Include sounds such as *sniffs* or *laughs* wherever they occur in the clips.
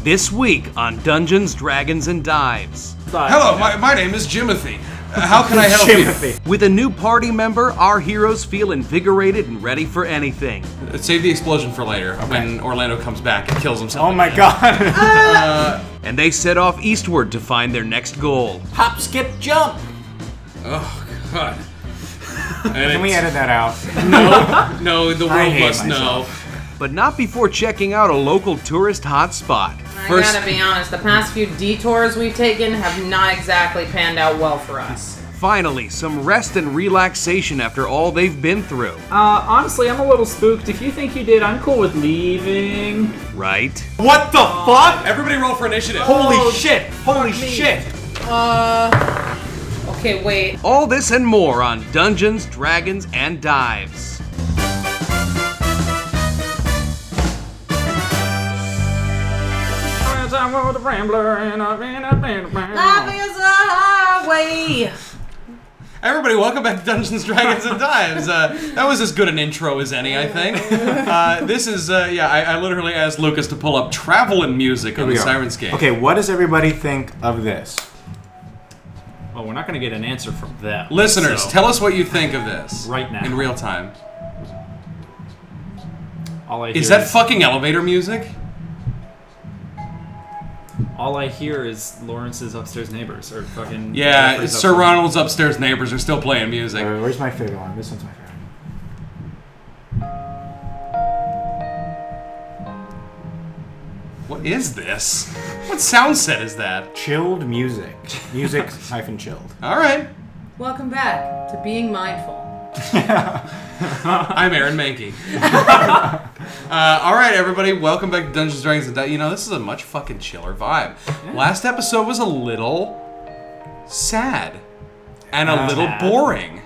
This week on Dungeons, Dragons, and Dives, Hello, my, my name is Jimothy. Uh, How can I help you? with a new party member, our heroes feel invigorated and ready for anything. Uh, Save the explosion for later when Orlando comes back and kills himself. Oh my god. And they set off eastward to find their next goal. Hop, skip, jump. Oh *laughs* god. Can we edit that out? No, the I world hate must know. But not before checking out a local tourist hotspot. I First, gotta be honest, the past few detours we've taken have not exactly panned out well for us. finally, some rest and relaxation after all they've been through, Uh, honestly, I'm a little spooked. If you think you did, I'm cool with leaving. right? What the fuck? Everybody roll for initiative. Holy shit. Holy shit. Uh. Okay, wait. All this and more on Dungeons, Dragons, and Dives. I'm with the Rambler and I ran up and Life is a highway. Everybody, welcome back to Dungeons, Dragons, and Dives. Uh, that was as good an intro as any, I *laughs* think. Uh, this is, uh, yeah, I, I literally asked Lucas to pull up travel and music on the Sirens game. Okay, what does everybody think of this? Well, we're not gonna get an answer from them. Listeners, so- tell us what you think of this. Right now. In real time. all I hear Is that is, fucking elevator music? all I hear is Lawrence's upstairs neighbors or fucking Yeah, Jeffrey's Sir upstairs- Ronald's upstairs neighbors are still playing music. Uh, where's my favorite one? This one's my favorite. What is this? What sound set is that? Chilled music. *laughs* Music hyphen chilled. All right. Welcome back to being mindful. I'm Aaron *laughs* Mankey. uh, all right, everybody, welcome back to Dungeons Dragons and Di- You know, this is a much fucking chiller vibe. Last episode was a little sad and a little boring.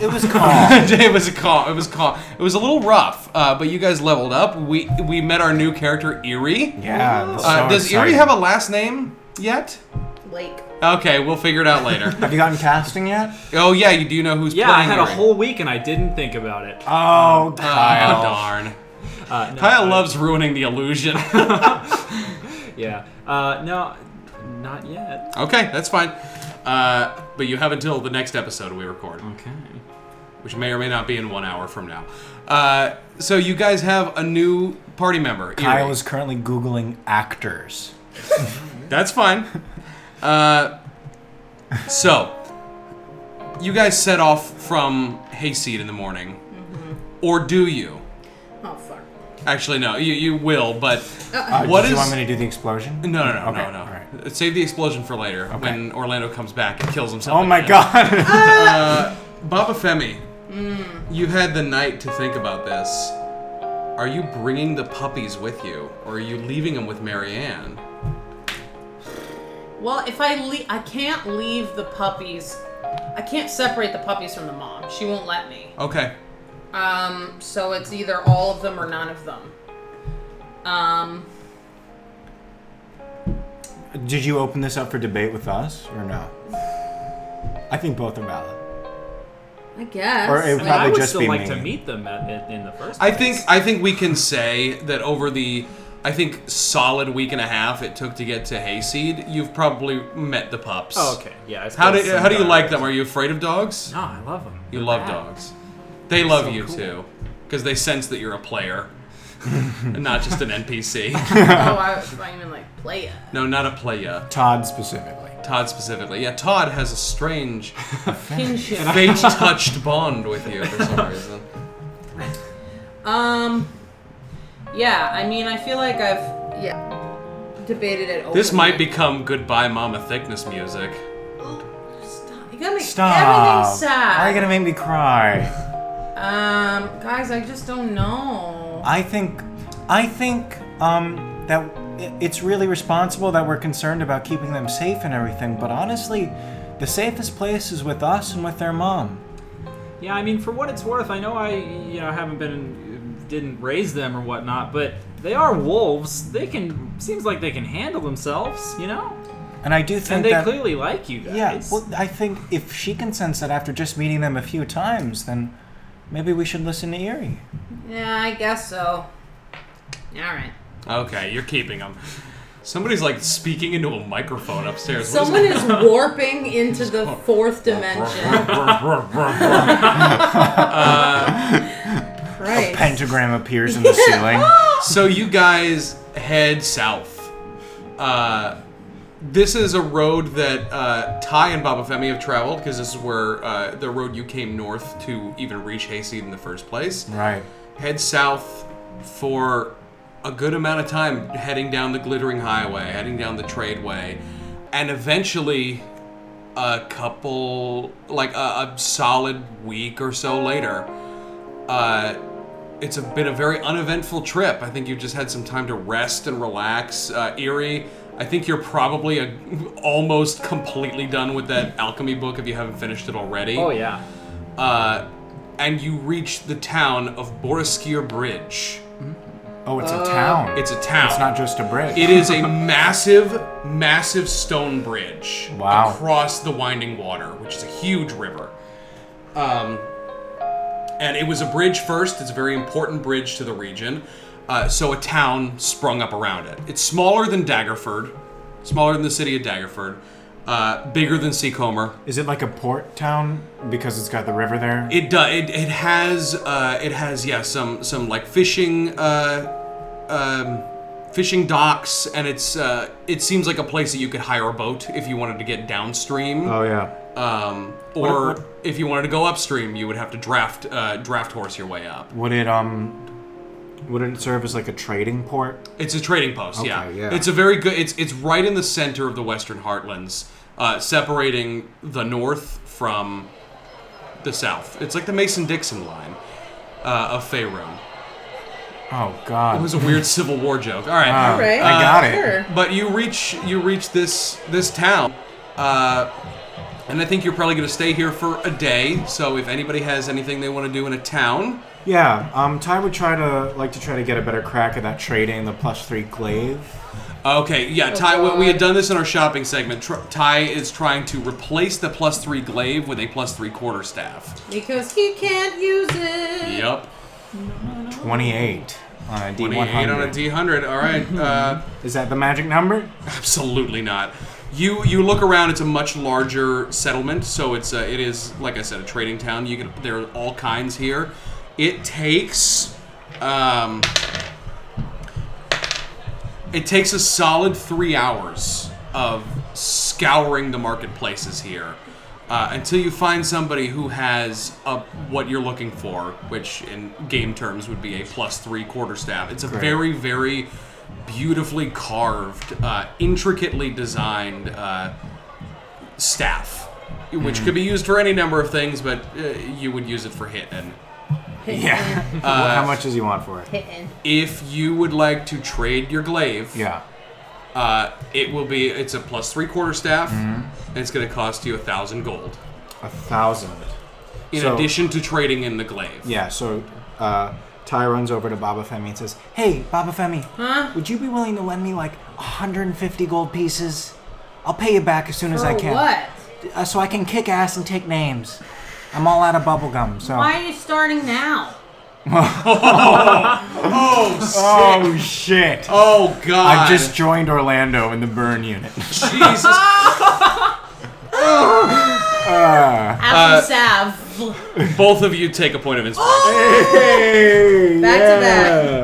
It was calm. *laughs* it was a call. It was call. It was a little rough, uh, but you guys leveled up. We we met our new character Erie. yeah. I'm Uh, so does Erie excited. have a last name yet? Lake. Okay, we'll figure it out later. *laughs* Have you gotten casting yet? oh yeah, you do know who's Yeah, I playing. had a Erie. whole week and I didn't think about it. Oh, *laughs* Oh, Kyle. darn. Uh, no, Kyle I- loves ruining the illusion. Yeah. Uh, no, not yet. okay, that's fine. Uh, but you have until the next episode we record, Okay. which may or may not be in one hour from now. Uh, so you guys have a new party member. Kyle Erie. is currently Googling actors. That's fine. Uh, so, you guys set off from Hayseed in the morning. Or do you? Oh, fuck. Actually, no, you, you will, but Uh, what is. did you want me to do the explosion? no, no, no, Okay, no, no. all right. Save the explosion for later when Orlando comes back and kills himself. Oh my again. god. Baba Femi, you had the night to think about this. Are you bringing the puppies with you, or are you leaving them with Marianne? Well, if I leave, I can't leave the puppies. I can't separate the puppies from the mom. She won't let me. Okay. Um, so it's either all of them or none of them. Um, Did you open this up for debate with us or no? I think both are valid. I guess. Or it I, mean, I Probably would just still be like me. to meet them at, in, in the first. I place. think I think we can say that over the I think solid week and a half it took to get to Hayseed, you've probably met the pups. Oh, okay. Yeah. I How do suppose how do you sometime. like them? Are you afraid of dogs? No, I love them. You love dogs. They love you too, because they sense that you're a *laughs* player, and not just an NPC. oh, I was not even like play it. No, not a playa. Todd specifically. Todd specifically. Yeah, Todd has a strange Kinship. fate-touched bond with you for some reason. Um, yeah. I mean, I feel like I've yeah debated it. *laughs* This might openly. become goodbye, Mama Thickness music. Stop. You gotta make Stop. everything sad. Why are you gonna make me cry? Um, guys, I just don't know. I think, I think um, that i- it's really responsible that we're concerned about keeping them safe and everything. But honestly, the safest place is with us and with their mom. Yeah, I mean, for what it's worth, I know I you know haven't been didn't raise them or whatnot, but they are wolves. They can seems like they can handle themselves, you know. And I do think And they that. clearly like you guys. yeah, well, I think if she can sense that after just meeting them a few times, then maybe we should listen to Erie. Yeah, I guess so. All right. Okay, you're keeping them. Somebody's like speaking into a microphone upstairs. What is Someone is *laughs* warping into the fourth dimension. Uh, Right. Pentagram appears in the ceiling. So you guys head south. Uh, this is a road that uh, Ty and Baba Femi have traveled because this is where uh, the road you came north to even reach Hayseed in the first place. right. Head south for a good amount of time, heading down the glittering highway, heading down the tradeway, and eventually, a couple like a, a solid week or so later, uh, it's a, been a very uneventful trip. I think you've just had some time to rest and relax. Uh, Erie, I think you're probably a, almost completely done with that alchemy book if you haven't finished it already. Oh yeah. Uh, and you reach the town of Boriskir Bridge. Oh, it's a town. It's a town. It's not just a bridge. Uh, It is a massive, massive stone bridge Wow. across the Winding Water, which is a huge river. Um, and it was a bridge first. It's a very important bridge to the region. Uh, so a town sprung up around it. It's smaller than Daggerford, smaller than the city of Daggerford, uh, bigger than Seacomer. Is it like a port town because it's got the river there? It does. It, it has. Uh, it has. Yeah. Some. Some like fishing. Uh, um, fishing docks, and it's. Uh, it seems like a place that you could hire a boat if you wanted to get downstream. oh yeah. um, or what- if you wanted to go upstream, you would have to draft. Uh, draft horse your way up. Would it um? Would it serve as like a trading port? It's a trading post. yeah. yeah. It's a very good. It's. It's right in the center of the Western Heartlands, uh, separating the north from the south. It's like the Mason Dixon line uh, of Faerun. Oh It God. was a weird Civil War joke. All right. Wow. Right. I got it. Sure. But you reach you reach this this town, uh, and I think you're probably going to stay here for a day. So if anybody has anything they want to do in a town, Yeah. Um, Ty would try to like to try to get a better crack at that trading the plus three glaive. okay, yeah, Ty. We, we had done this in our shopping segment. Tr- Ty is trying to replace the plus three glaive with a plus three quarter staff. Because he can't use it. Yep. Twenty-eight on a D one 28 on a hundred. D100. All right. *laughs* Uh, Is that the magic number? Absolutely not. You you look around. It's a much larger settlement, so it's a, it is like I said, a trading town. You can there are all kinds here. It takes, um, it takes a solid three hours of scouring the marketplaces here uh, until you find somebody who has a, what you're looking for, which in game terms would be a plus three quarter staff. It's a very very beautifully carved, uh, intricately designed uh, staff, which Hmm. could be used for any number of things, but uh, you would use it for hitting. Yeah. Uh, Well, how much does he want for it? If you would like to trade your glaive, Yeah. uh, it will be it's a plus three quarter staff, Hmm. and it's going to cost you a thousand gold. A thousand. In So- addition to trading in the glaive, Yeah. So, uh, Ty runs over to Baba Femi and says, "Hey, Baba Femi, huh? would you be willing to lend me like 150 gold pieces? I'll pay you back as soon as For I can." what? uh, so I can kick ass and take names. I'm all out of bubblegum, so. Why are you starting now? Oh shit! oh god, I've just joined Orlando in the burn unit. Jesus After Uh, Sav. both of you take a point of *gasps* inspiration. *laughs* hey, Back to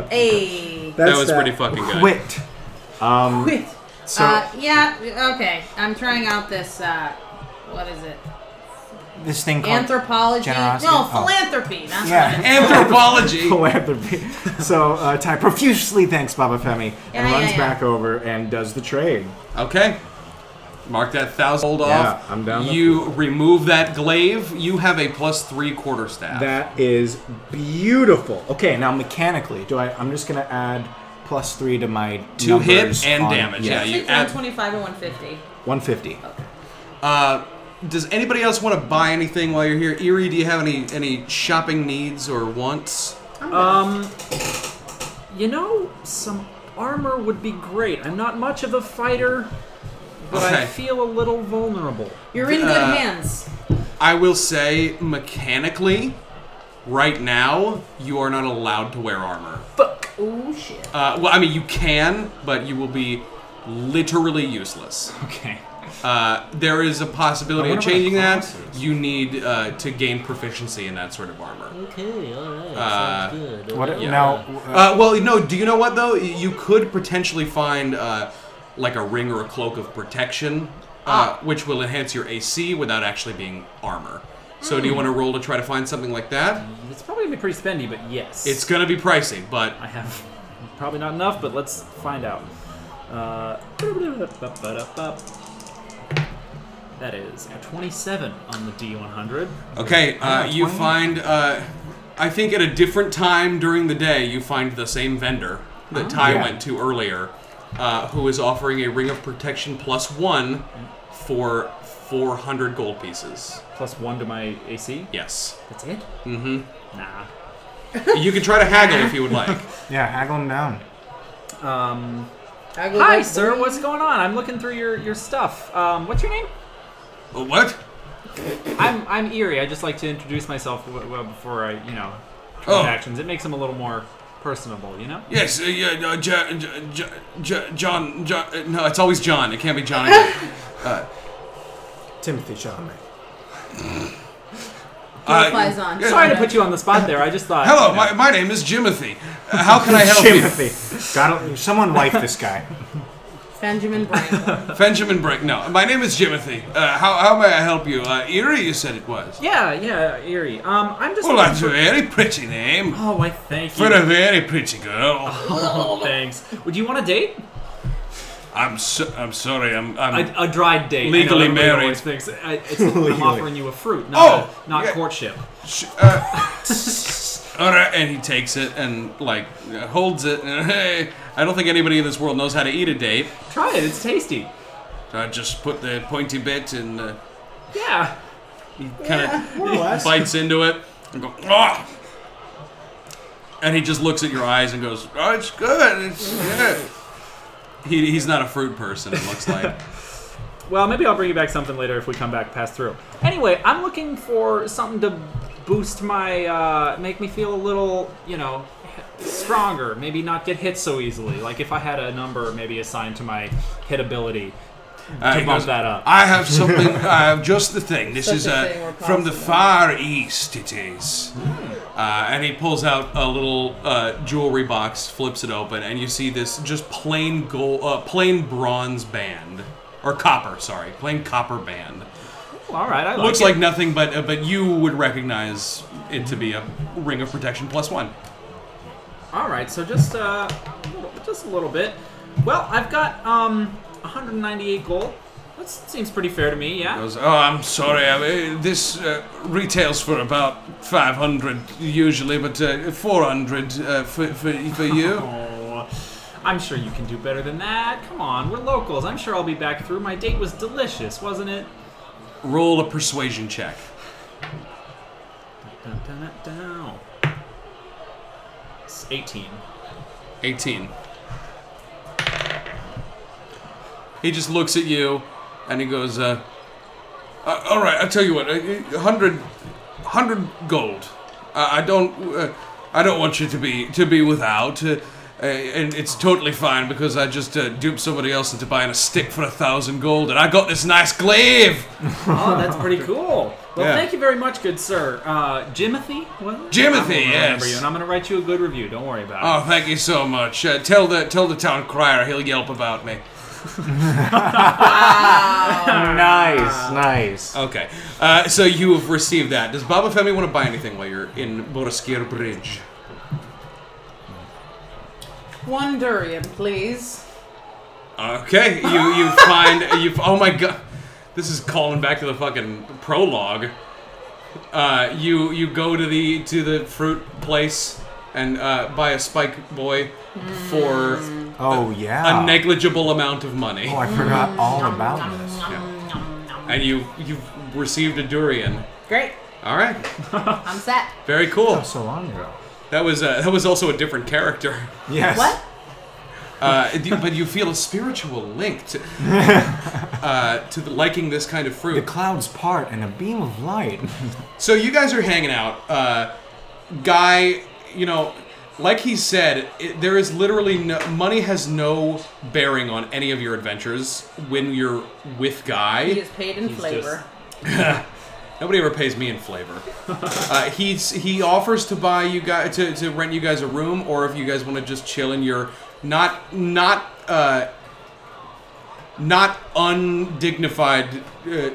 back. Hey. that was pretty fucking good. Quit. Um, Quit. So uh, yeah, okay. I'm trying out this, uh, what is it? this thing called Anthropology? generosity? No, Oh. philanthropy. Not yeah. *laughs* Anthropology. Philanthropy. So uh, Ty profusely thanks Baba Femi and Yeah, yeah, runs yeah. back over and does the trade. Okay. Mark that thousand gold Yeah, off. I'm down to- You remove that glaive. You have a plus three quarter staff. That is beautiful. Okay, now mechanically, do I? I'm just gonna add plus three to my To hit numbers and on- damage, yeah, you- Between 125 and 150. 150. uh, does anybody else want to buy anything while you're here? Erie, do you have any any shopping needs or wants? Um, you know, some armor would be great. I'm not much of a fighter, but Okay. I feel a little vulnerable. You're in good Uh, hands. I will say mechanically, right now you are not allowed to wear armor. Oh shit. Uh, well, I mean you can, but you will be literally useless. Okay. Uh, there is a possibility I of wonder what changing the that. class is. You need uh, to gain proficiency in that sort of armor. Okay, all right. Uh, sounds good. all What right. now? Uh, well, no. Do you know what though? You could potentially find uh, like a ring or a cloak of protection, Ah. uh, which will enhance your AC without actually being armor. So, Hmm. do you want to roll to try to find something like that? It's probably gonna be pretty spendy, but yes. It's gonna be pricey, but I have probably not enough, but let's find out. Uh, that is a 27 on the D100. okay. Uh, you find. Uh, I think at a different time during the day, you find the same vendor that Ty Yeah. went to earlier, uh, who is offering a ring of protection plus one for 400 gold pieces. Plus one to my AC. Yes. That's it? Mm Mm-hmm. hmm. Nah. You can try to haggle if you would like. yeah, haggle him down. Um, I go hi, like, sir. What's going on? I'm looking through your, your stuff. Um, what's your name? Uh, What? I'm I'm Erie. I just like to introduce myself w- w- before I, you know, Oh. transactions. It makes them a little more personable, you know? Yes, uh, yeah, uh, J- J- J- J- John, John. uh, No, it's always John. It can't be John. again. Timothy Chalamet. Uh, flies on. yeah. Sorry to put you on the spot there. I just thought. Hello, you my, know. my name is Jimothy. Uh, how can I help *laughs* Timothy, gotta someone wife this *laughs* guy. Benjamin Franklin. you? Benjamin Brink. No, my name is Jimothy. Uh, how, how may I help you? Uh, Erie, you said it was. Yeah, yeah, Erie. Um, I'm just. Well, looking that's a for- very pretty name Oh, I thank you. for a very pretty girl. Oh, thanks. Would you want a date? I'm so, I'm sorry. I'm. I'm A, a dried date. I know Legally everybody married. always thinks- I, it's, I'm offering you a fruit, not, Oh, a, not yeah. courtship. sh- uh, *laughs* all right, and he takes it and like uh, holds it. *laughs* And, hey, I don't think anybody in this world knows how to eat a date. Try it. It's tasty. So I just put the pointy bit and. Uh, Yeah. kind of More or less. bites into it and go, ah! And he just looks at your eyes and goes, oh, it's good, it's good. He, he's not a fruit person, it looks *laughs* like. Well, maybe I'll bring you back something later if we come back past through. Anyway, I'm looking for something to boost my, uh, make me feel a little, you know, stronger. Maybe not get hit so easily. Like if I had a number maybe assigned to my hit ability. Uh, he bump goes, that up. I have something, I have just the thing. This Such is a uh, thing were from the possible. Far East, it is. Uh, and he pulls out a little uh, jewelry box, flips it open, and you see this just plain gold, uh, plain bronze band. Or copper, sorry. Plain copper band. Well, all right, I like Looks it. like nothing, but uh, but you would recognize it to be a ring of protection plus one. All right, so just uh, a little, just a little bit. Well, I've got um 198 gold. That seems pretty fair to me. I Yeah. was, oh, I'm sorry. I, uh, this uh, retails for about 500 usually, but uh, 400 uh, for, for, for *laughs* you. Oh, I'm sure you can do better than that. Come on, we're locals. I'm sure I'll be back through. My date was delicious, wasn't it? Roll a persuasion check. Dun, dun, dun, dun. It's *laughs* 18. 18. He just looks at you and he goes, uh, uh, All right, I'll tell you what, uh, uh, 100, 100 gold. I I don't. Uh, I don't want you to be to be without, uh, uh, and it's totally fine because I just uh, duped somebody else into buying a stick for a thousand gold, and I got this nice glaive, Oh, that's pretty cool. Well, Yeah. thank you very much, good sir. Uh, Jimothy? What? Jimothy, I'm gonna remember yes. you, and I'm going to write you a good review. Don't worry about it. Oh, thank you so much. Uh, tell the tell the town crier he'll yelp about me. nice, nice. Okay, uh, so you have received that. Does Baba Femi want to buy anything while you're in Boroskir Bridge? One durian, please. Okay, you you find you. Oh my god, this is calling back to the fucking prologue. Uh, you you go to the to the fruit place and uh, buy a spike boy for Oh yeah. uh, Mm. a negligible amount of money, oh, I forgot all about this. Nom, nom, nom. and you you've received a durian. Great. All right, I'm set. very cool. So long ago. That was uh, that was also a different character. Yes. What? Uh, it- but you feel a spiritual link to uh, to the, liking this kind of fruit. The clouds part and a beam of light. *laughs* So you guys are hanging out. Uh, guy, you know, like he said, it, there is literally no money has no bearing on any of your adventures when you're with guy. He is paid in flavor. Nobody ever pays me in flavor. uh, he's he offers to buy you guys to, to rent you guys a room, or if you guys want to just chill in your not not uh, not undignified uh,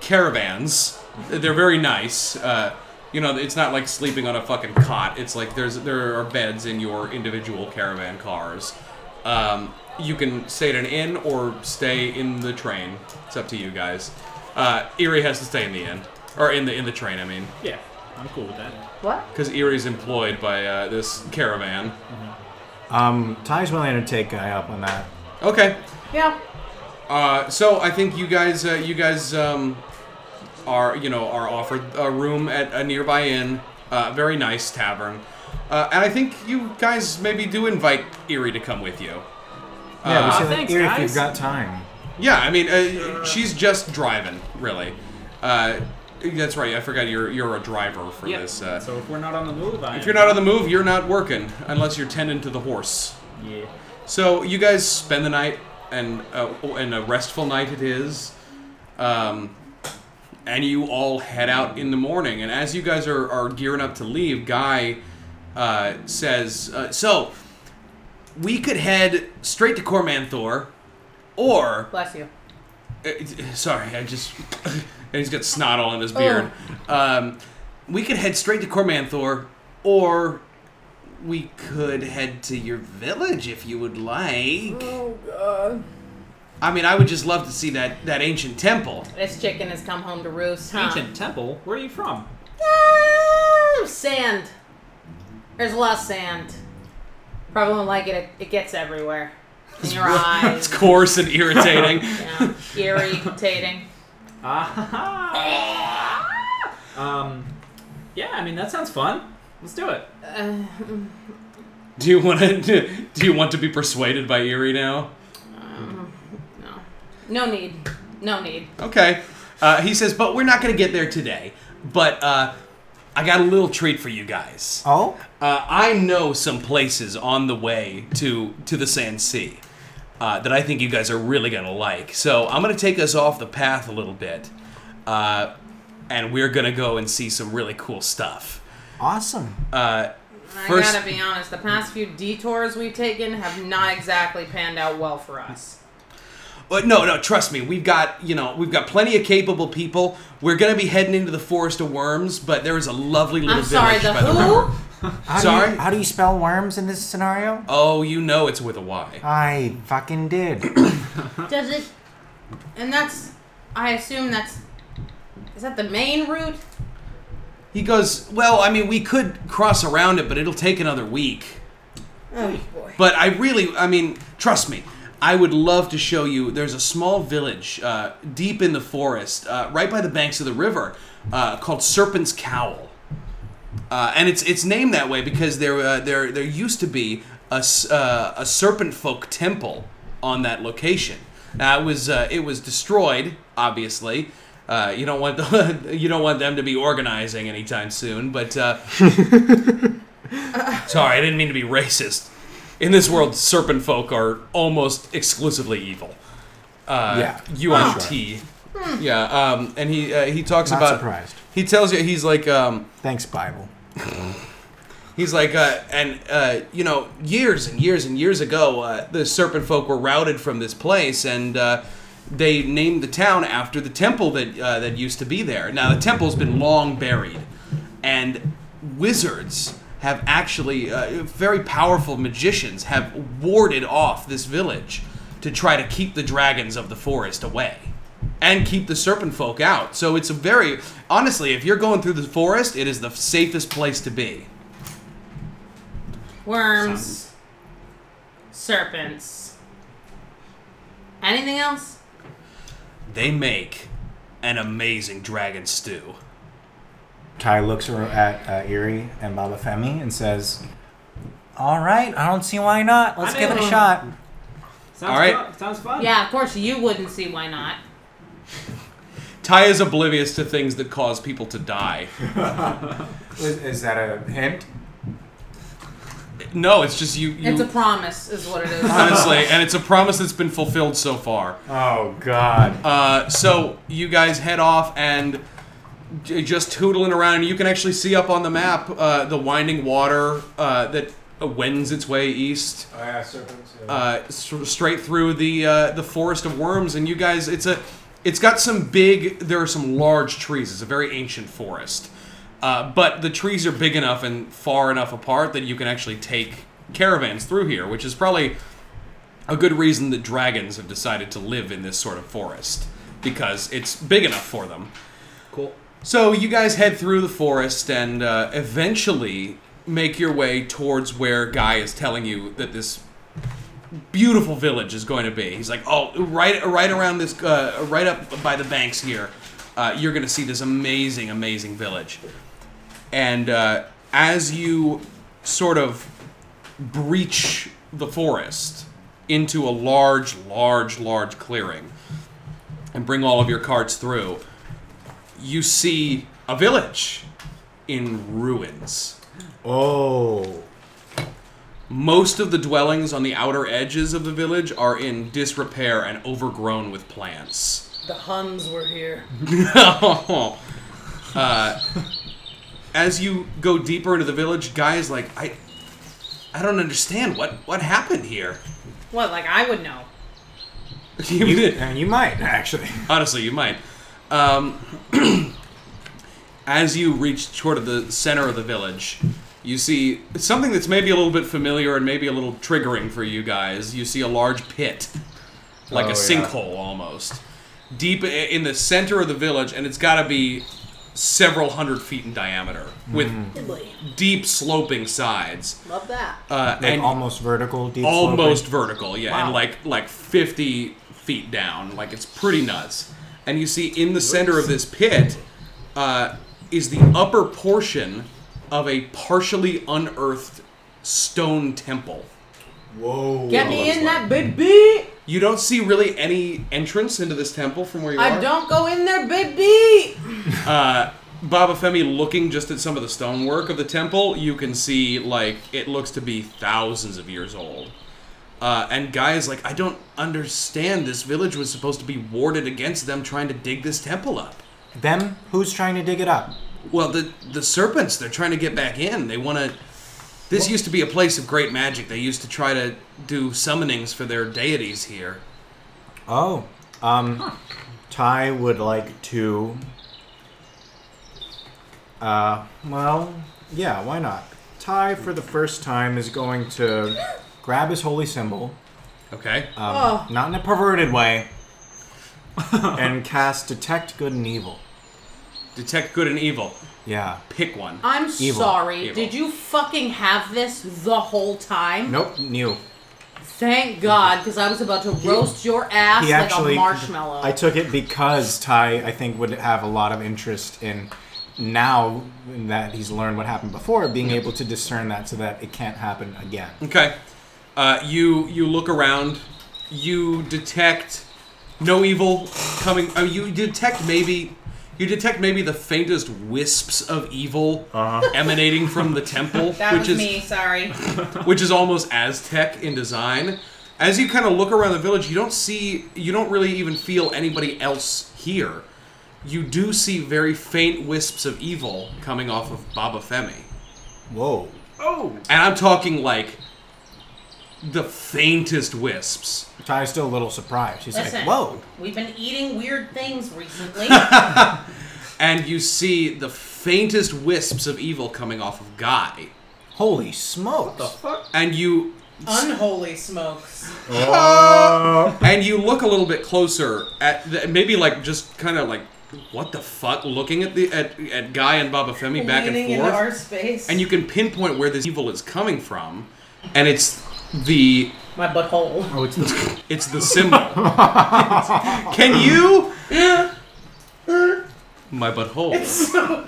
caravans. They're very nice. Uh, you know, it's not like sleeping on a fucking cot. It's like there's there are beds in your individual caravan cars. Um, you can stay at an inn or stay in the train. It's up to you guys. Uh, Erie has to stay in the inn or in the in the train. I mean, Yeah, I'm cool with that. What? because Erie's employed by uh, this caravan. Um, Ty's willing to take guy up on that. Okay, Yeah. Uh, so I think you guys, uh, you guys um, are you know are offered a room at a nearby inn, uh, very nice tavern, uh, and I think you guys maybe do invite Erie to come with you. Yeah, we Uh, should thanks, like, Erie, if guys. you've got time. Yeah, I mean uh, she's just driving, really. Uh, that's right. I forgot you're you're a driver for Yeah. this. Uh, so if we're not on the move, I if you're not on the move, you're not working unless you're tending to the horse. yeah. So you guys spend the night, and uh, and a restful night it is, um, and you all head out in the morning. And as you guys are, are gearing up to leave, Guy uh, says, uh, "So we could head straight to Cormanthor, or Bless you. uh, sorry, I just *laughs* and he's got snot all in his beard. Oh. Um, we could head straight to Cormanthor, or." We could head to your village if you would like. Oh god. I mean, I would just love to see that that ancient temple. This chicken has come home to roost. Huh? Ancient temple. Where are *laughs* you from? Ah, sand. There's a lot of sand. Probably won't like it. It, it gets everywhere. In *laughs* your eyes. It's coarse and irritating. *laughs* Yeah. Irritating. Ah-ha-ha. Ah. um, yeah. I mean that sounds fun. Let's do it. do you want to? Do you want to be persuaded by Erie now? No. No need. No need. Okay. Uh, he says, but we're not going to get there today. But uh, I got a little treat for you guys. Oh? Uh, I know some places on the way to to the Sand Sea uh, that I think you guys are really gonna like. So I'm gonna take us off the path a little bit, uh, and we're gonna go and see some really cool stuff. Awesome. I First- gotta be honest, the past few detours we've taken have not exactly panned out well for us. But no, no, trust me. We've got you know we've got plenty of capable people. We're gonna be heading into the forest of worms, but there is a lovely little I'm sorry, village the by the river. who? How Do Sorry? you, how do you spell worms in this scenario? Oh, you know it's with a Y. I fucking did. Does it. And that's. I assume that's. Is that the main route? He goes, well, I mean, we could cross around it, but it'll take another week. Oh boy. But I really, I mean, trust me, I would love to show you. There's a small village uh, deep in the forest, uh, right by the banks of the river, uh, called Serpent's Cowl. Uh, and it's it's named that way because there uh, there there used to be a s- uh, a serpent folk temple on that location. Now it was uh, it was destroyed, obviously. Uh, you don't want *laughs* the, you don't want them to be organizing anytime soon. But uh, sorry, I didn't mean to be racist. In this world, serpent folk are almost exclusively evil. Uh, Yeah. U N T. Yeah, um, and he uh, he talks Not about. surprised. He tells you he's like. Um, *coughs* Thanks, Bible. He's like, uh, and uh, you know, years and years and years ago, uh, the serpent folk were routed from this place, and uh, they named the town after the temple that uh, that used to be there. Now the temple's been long buried, and wizards have actually uh, very powerful magicians have warded off this village to try to keep the dragons of the forest away and keep the serpent folk out. So it's a very honestly, if you're going through the forest, it is the safest place to be. Worms. Serpents. Anything else? They make an amazing dragon stew. Ty looks ar- at uh, Erie and Baba Femi and says, All right, I don't see why not. Let's I give it a mean- shot. Sounds All right. Fun. Sounds fun. Yeah, of course you wouldn't see why not. Ty is oblivious to things that cause people to die. Is, is that a hint? No, it's just you. you It's a promise, is what it is. honestly, and it's a promise that's been fulfilled so far. Oh God. Uh, so you guys head off and j- just tootling around. You can actually see up on the map uh, the winding water uh, that uh, wends its way east yeah, serpents. uh, s- straight through the uh, the forest of worms. And you guys, it's a it's got some big. There are some large trees. It's a very ancient forest, uh, but the trees are big enough and far enough apart that you can actually take caravans through here, which is probably a good reason that dragons have decided to live in this sort of forest because it's big enough for them. Cool. So you guys head through the forest and uh, eventually make your way towards where Guy is telling you that this beautiful village is going to be. He's like, "Oh, right, right around this, uh, right up by the banks here, uh, you're going to see this amazing, amazing village." And uh, as you sort of breach the forest into a large, large, large clearing and bring all of your carts through, you see a village in ruins. Oh. Most of the dwellings on the outer edges of the village are in disrepair and overgrown with plants. *laughs* the Huns were here. uh, as you go deeper into the village, Guy is like, I, I don't understand what what happened here. *laughs* What? Like I would know. And you might actually. Honestly, you might. Um, *clears throat* as you reach toward the center of the village, you see something that's maybe a little bit familiar and maybe a little triggering for you guys. You see a large pit, like Oh, a yeah. sinkhole almost, deep i- in the center of the village, and it's got to be several hundred feet in diameter with Mm-hmm. deep sloping sides. Love that. Uh, Like and almost vertical, deep almost sloping. vertical yeah and Wow. like like 50 feet down like it's pretty nuts and you see in the center of this pit uh, is the upper portion of a partially unearthed stone temple Whoa. Get me in that baby. you don't see really any entrance into this temple from where you I are don't go in there, baby. Baba Femi looking just at some of the stonework of the temple, you can see like it looks to be thousands of years old. Uh, and Guy is like, I don't understand. This village was supposed to be warded against them trying to dig this temple up. Them? Who's trying to dig it up? Well, the the serpents, they're trying to get back in. They want to. This used to be a place of great magic. They used to try to do summonings for their deities here. Oh, um, Ty would like to. uh, well, yeah, why not? Ty, for the first time, is going to grab his holy symbol, Okay. oh, not in a perverted way, and cast Detect Good and Evil. Detect good and evil. Yeah. Pick one. I'm evil, sorry. evil. Did you fucking have this the whole time? Nope, new. Thank God, because I was about to roast your ass He like actually. a marshmallow. I took it because Ty, I think, would have a lot of interest in now that he's learned what happened before, being able to discern that so that it can't happen again. Okay. Uh, you you look around. You detect no evil coming. Uh, you detect maybe you detect maybe the faintest wisps of evil emanating from the temple, that which is was me. Sorry. which is almost Aztec in design. As you kind of look around the village, you don't see, you don't really even feel anybody else here. You do see very faint wisps of evil coming off of Baba Femi. Whoa. Oh. And I'm talking like the faintest wisps. Ty's still a little surprised. He's like, Listen. whoa. We've been eating weird things *laughs* recently. And you see the faintest wisps of evil coming off of Guy. Holy smokes. And you Unholy smokes. and you look a little bit closer at the, maybe like just kind of like what the fuck looking at the at, at Guy and Baba Femi back and forth. Leaning into our space. and you can pinpoint where this evil is coming from, and it's the My butthole. it's the symbol. *laughs* can you? My butthole. So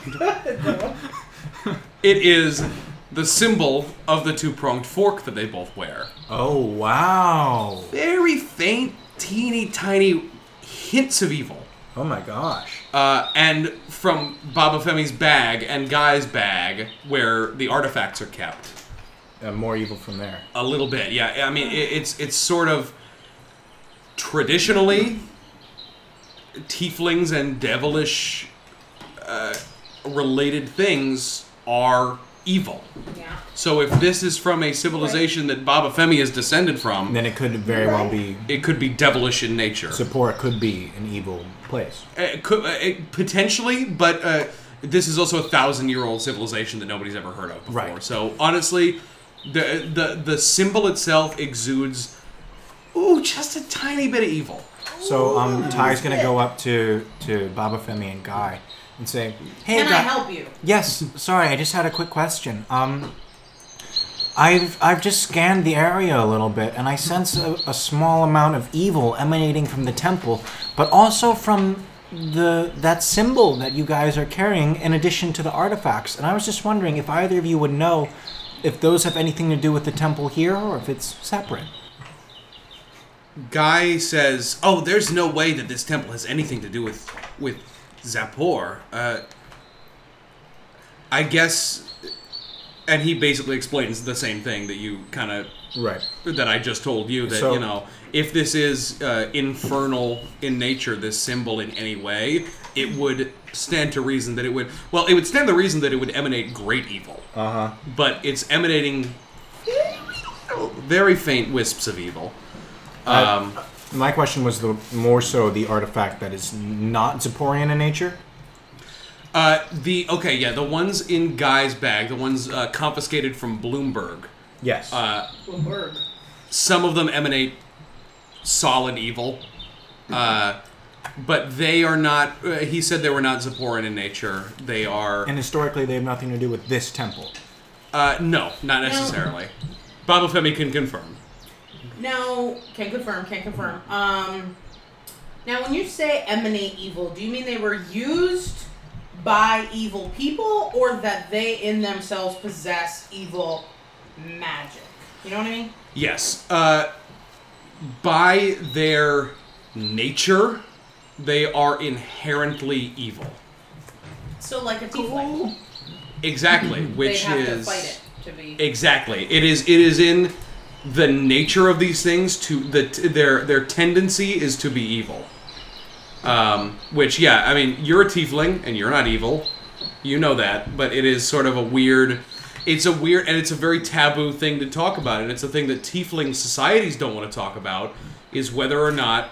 It is the symbol of the two pronged fork that they both wear. *laughs* Oh, wow. Very faint, teeny tiny hints of evil. Oh my gosh. Uh, and from Baba Femi's bag and Guy's bag, where the artifacts are kept, uh, more evil from there. A little bit, yeah. I mean, it, it's it's sort of traditionally tieflings and devilish uh, related things are evil. Yeah. So if this is from a civilization that Baba Femi is descended from, Then it could very well be it could be devilish in nature. Sephora could be an evil place. It could, uh, it- potentially, but uh, this is also a thousand-year-old civilization that nobody's ever heard of before. Right. So honestly, the the the symbol itself exudes, ooh, just a tiny bit of evil. So um, Ty's gonna go up to to Baba Femi and Guy and say, "Hey, Can I Guy- help you? Yes. Sorry, I just had a quick question. Um, I've I've just scanned the area a little bit, and I sense a, a small amount of evil emanating from the temple, but also from the that symbol that you guys are carrying, in addition to the artifacts. And I was just wondering if either of you would know if those have anything to do with the temple here, or if it's separate. Guy says, "Oh, there's no way that this temple has anything to do with with Zapor." Uh, I guess, and he basically explains the same thing that you kind of Right. that I just told you that So- you know if this is uh, infernal in nature, this symbol in any way, it would stand to reason that it would. Well, it would stand the reason that it would emanate great evil. Uh huh. But it's emanating very faint wisps of evil. Um, My question was the more so the artifact that is not Zeporian in nature. uh, the okay, yeah, the ones in Guy's bag, the ones uh, confiscated from Bloomberg. Yes. Uh, some of them emanate solid evil, uh, but they are not. Uh, he said they were not Zaporan in nature. They are and historically, they have nothing to do with this temple. uh, no, not necessarily. Baba Femi can confirm. No, can confirm, can confirm. Um, now, when you say emanate evil, do you mean they were used by evil people, or that they in themselves possess evil magic? You know what I mean? Yes. Uh, by their nature, they are inherently evil. So, like a tiefling, Exactly, they which have is to fight it to be. Exactly. It is. It is in the nature of these things to the their their tendency is to be evil. Um, which yeah, I mean, you're a tiefling and you're not evil, you know that. But it is sort of a weird. It's a weird and it's a very taboo thing to talk about, and it's a thing that tiefling societies don't want to talk about. Is whether or not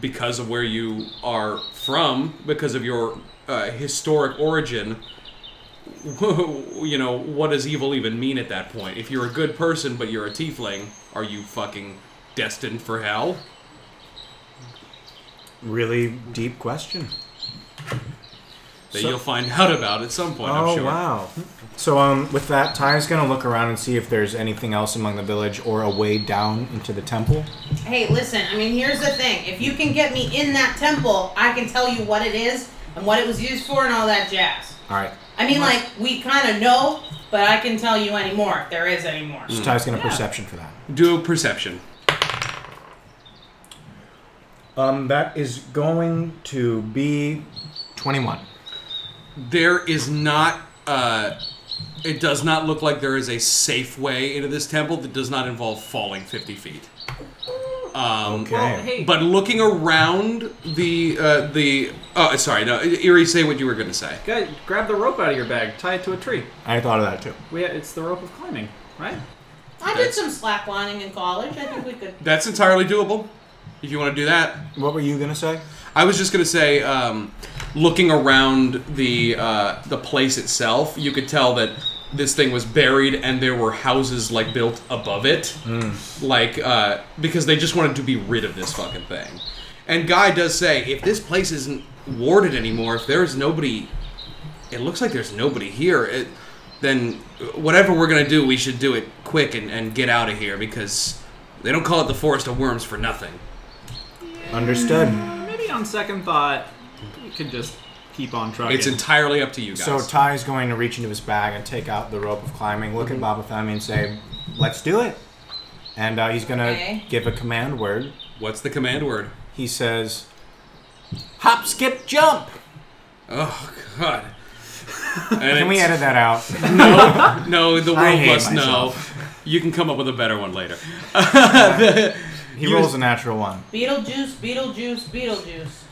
because of where you are from, because of your uh, historic origin, *laughs* you know, what does evil even mean at that point? If you're a good person but you're a tiefling, are you fucking destined for hell? Really deep question. That So- you'll find *laughs* out about at some point, I'm oh sure. wow! So um, with that, Ty's gonna look around and see if there's anything else among the village or a way down into the temple. Hey, listen, I mean, here's the thing. If you can get me in that temple, I can tell you what it is and what it was used for and all that jazz. All right. I mean, like, we kind of know, but I can tell you any more if there is any more. So Ty's gonna perception for that. Do a perception. Um, that is going to be twenty-one. There is not, uh, it does not look like there is a safe way into this temple that does not involve falling 50 feet. Um, Okay. Well, hey, But looking around the, uh, the, oh, sorry, no, Erie, say what you were going to say. guy, grab the rope out of your bag, tie it to a tree. I thought of that too. We, it's the rope of climbing, right? I did some slacklining in college. I think we could. That's entirely doable. If you want to do that, What were you gonna say? I was just gonna say, um, looking around the uh, the place itself, you could tell that this thing was buried and there were houses like built above it, like uh, because they just wanted to be rid of this fucking thing. And Guy does say, if this place isn't warded anymore, if there is nobody, it looks like there's nobody here. It, then whatever we're gonna do, we should do it quick and, and get out of here because they don't call it the forest of worms for nothing. Understood. Maybe on second thought, we could just keep on trying. It's entirely up to you guys. So Ty's going to reach into his bag and take out the rope of climbing, Mm-hmm. look at Baba Femi and say, "Let's do it." And uh, he's gonna Okay. give a command word. What's the command word? He says, "Hop, skip, jump." Oh God. And *laughs* Can we it's- edit that out? No, the I world hate must know. myself. You can come up with a better one *laughs* later. He You- rolls a natural one. Beetlejuice, Beetlejuice, Beetlejuice. *laughs*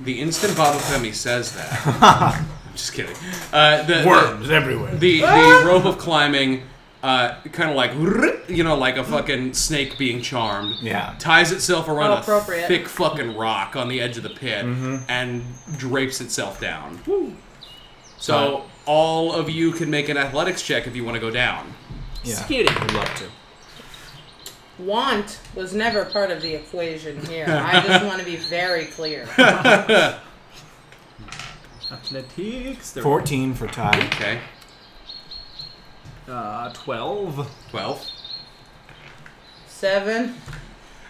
The instant Baba Femi says that, *laughs* I'm just kidding. Uh, the, everywhere. The, Ah! the rope of climbing, uh, kind of like *laughs* you know, like a fucking snake being charmed. Yeah. Ties itself around How a appropriate. thick fucking rock on the edge of the pit and drapes itself down. So all of you can make an athletics check if you want to go down. Yeah. Skid it. Would love to. Want was never part of the equation here. I just want to be very clear. Athletics. there- 14 for Ty. Okay, Uh, twelve. twelve. Seven.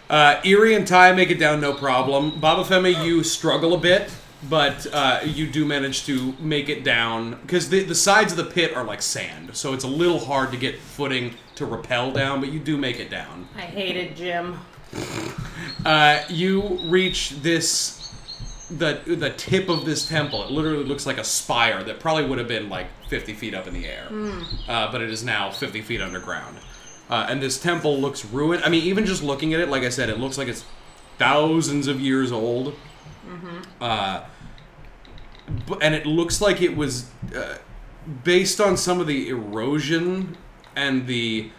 Uh, Erie and Ty make it down no problem. Baba Femi, you struggle a bit, but uh, you do manage to make it down because the, the sides of the pit are like sand, so it's a little hard to get footing to rappel down, but you do make it down. I hated Jim. Uh, you reach this the the tip of this temple. It literally looks like a spire that probably would have been like 50 feet up in the air, uh, but it is now 50 feet underground. Uh, and this temple looks ruined. I mean, even just looking at it, like I said, it looks like it's thousands of years old. Uh, bu- and it looks like it was uh, based on some of the erosion and the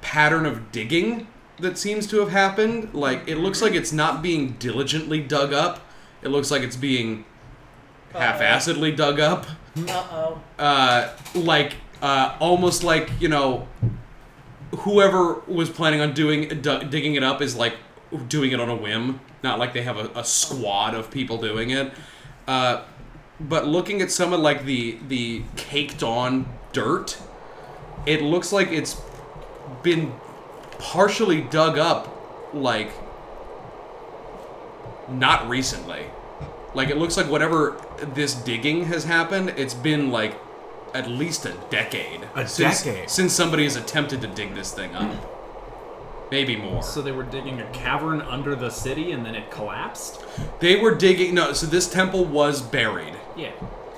pattern of digging that seems to have happened. Like it looks like it's not being diligently dug up. It looks like it's being half-assedly dug up. Uh oh. Uh, like uh, almost like you know, whoever was planning on doing du- digging it up is like doing it on a whim. Not like they have a, a squad of people doing it. Uh, but looking at some of like the the caked on dirt, it looks like it's been partially dug up like not recently. Like it looks like whatever this digging has happened, it's been like at least a decade. A since, decade? since somebody has attempted to dig this thing up. Hmm. Maybe more. So they were digging a cavern under the city, and then it collapsed. They were digging no, so this temple was buried. Yeah.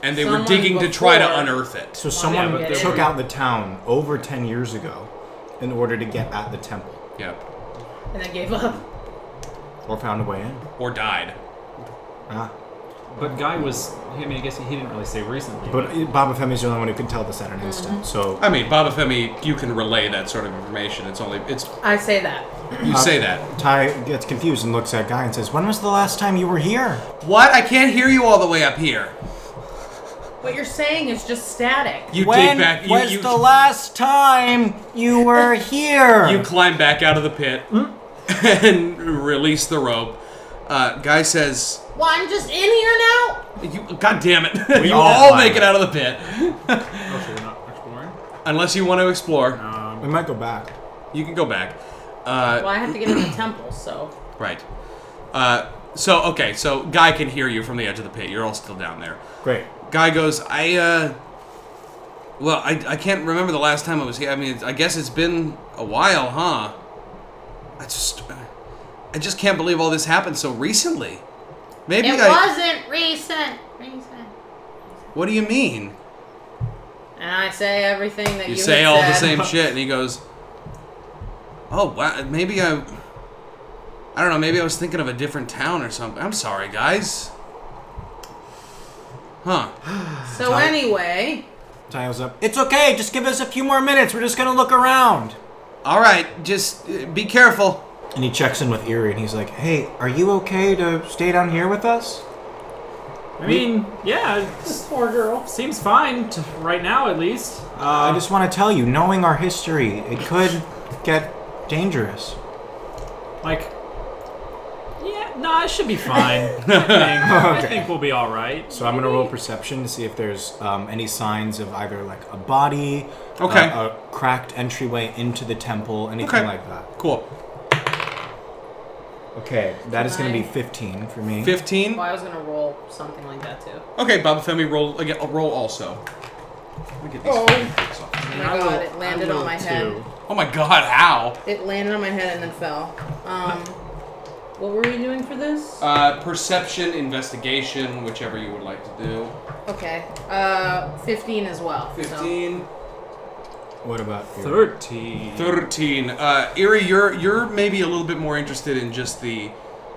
And they were Someone digging to try to before- unearth it. So someone but took they- out the town over 10 years ago in order to get at the temple yep. And I gave up. or found a way in. Or died. Ah. But guy was. I mean, I guess he didn't really say recently. But eh, Baba Femi's the only one who can tell this at an instant. So I mean, Baba Femi, you can relay that sort of information. It's only it's I say that. Uh, you say that. Ty gets confused and looks at Guy and says, When was the last time you were here? What? I can't hear you all the way up here. What you're saying is just static. You dig when back. You, was you, the last time you *laughs* were here? you climb back out of the pit *laughs* and release the rope. Uh, guy says, Well, I'm just in here now? "You, God damn it! *laughs* you all all climb make it out of the pit, Oh, so we're not exploring. Um, unless you want to explore. we might go back. You can go back." Uh, Well, I have to get in *clears throat* the temple, so. Right. Uh, so okay, so guy can hear you from the edge of the pit. You're all still down there. Great. Guy goes, I uh, well, I I can't remember the last time I was here. I mean, I guess it's been a while, huh? I just uh, I just can't believe all this happened so recently. Maybe It I. wasn't recent. Recent. What do you mean? And I say everything that You you, say had all the said. same shit, and he goes, "Oh wow, maybe I." I don't know. Maybe I was thinking of a different town or something. I'm sorry, guys. Huh? So anyway, Ty was up. It's okay, just give us a few more minutes. We're just gonna look around. All right, just uh, be careful. And he checks in with Erie and he's like, Hey, are you okay to stay down here with us? I mean, yeah. This poor girl seems fine to, right now, at least. I just want to tell you, knowing our history, it could get dangerous. Like, yeah, nah, it should be *laughs* fine. I, think, I think we'll be all right. So I'm gonna roll perception to see if there's um, any signs of either like a body, Okay. uh, a cracked entryway into the temple, anything Okay. like that. Cool. Okay, that is gonna be Nine. 15 for me. Fifteen. well, I was gonna roll something like that too. Okay, Baba Femi, roll again. Roll also. Let me get these Oh. fucking things off. Oh my god, it landed on my head. Oh my god, how? It landed on my head and then fell. Um, *laughs* what were we doing for this? Uh, perception, investigation, whichever you would like to do. okay, uh, fifteen as well. so. Fifteen. What about you? Thirteen. 13. Uh, Erie, you're you're maybe a little bit more interested in just the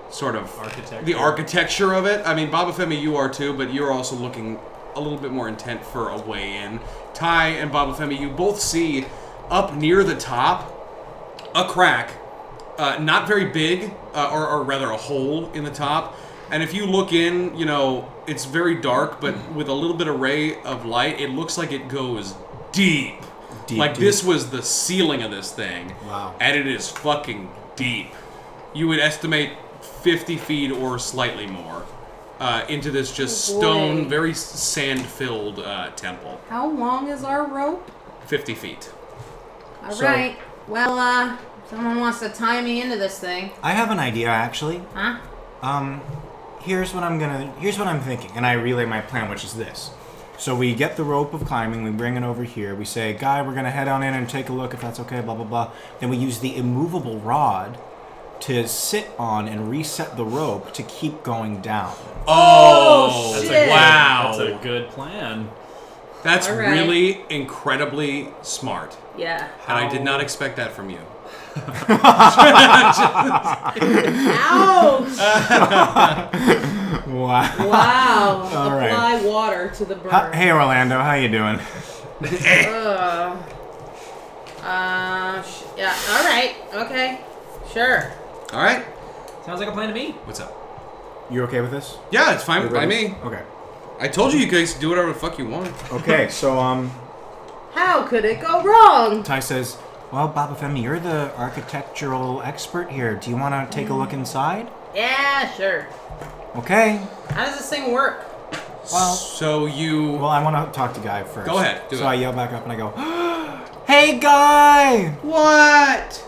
sort of Architecture. the architecture of it. I mean, Baba Femi, you are too, but you're also looking a little bit more intent for a way in. Ty and Baba Femi, you both see up near the top a crack, uh, not very big, uh, or, or rather a hole in the top. And if you look in, you know, it's very dark, but with a little bit of ray of light, it looks like it goes deep. Deep, like deep. this was the ceiling of this thing. Wow. And it is fucking deep. You would estimate 50 feet or slightly more uh, into this just Oh, boy. stone, very sand filled uh, temple. How long is our rope? 50 feet. All right. So- Well, uh, someone wants to tie me into this thing, I have an idea actually. huh? Um, here's what I'm gonna. Here's what I'm thinking, and I relay my plan, which is this. So we get the rope of climbing, we bring it over here. We say, "Guy, we're gonna head on in and take a look if that's okay." Blah blah blah. Then we use the immovable rod to sit on and reset the rope to keep going down. Oh, Oh, shit! that's a- wow. That's a good plan. That's All right. really incredibly smart. Yeah. And I did not expect that from you. *laughs* Ouch! Wow. wow. All right. Apply water to the burn. Hi- Hey Orlando, how you doing? Ugh. Uh, sh- yeah. All right. Okay. Sure. All right. Sounds like a plan to me. What's up? You okay with this? Yeah, it's fine You by ready? me. Okay. I told you you guys do whatever the fuck you want. Okay. So um, How could it go wrong? Ty says, "Well, Baba Femi, you're the architectural expert here. Do you want to take a look inside?" Yeah, sure. Okay. How does this thing work? Well. So you. Well, I want to talk to Guy first. Go ahead, do so it. I yell back up and I go, *gasps* "Hey, Guy! what?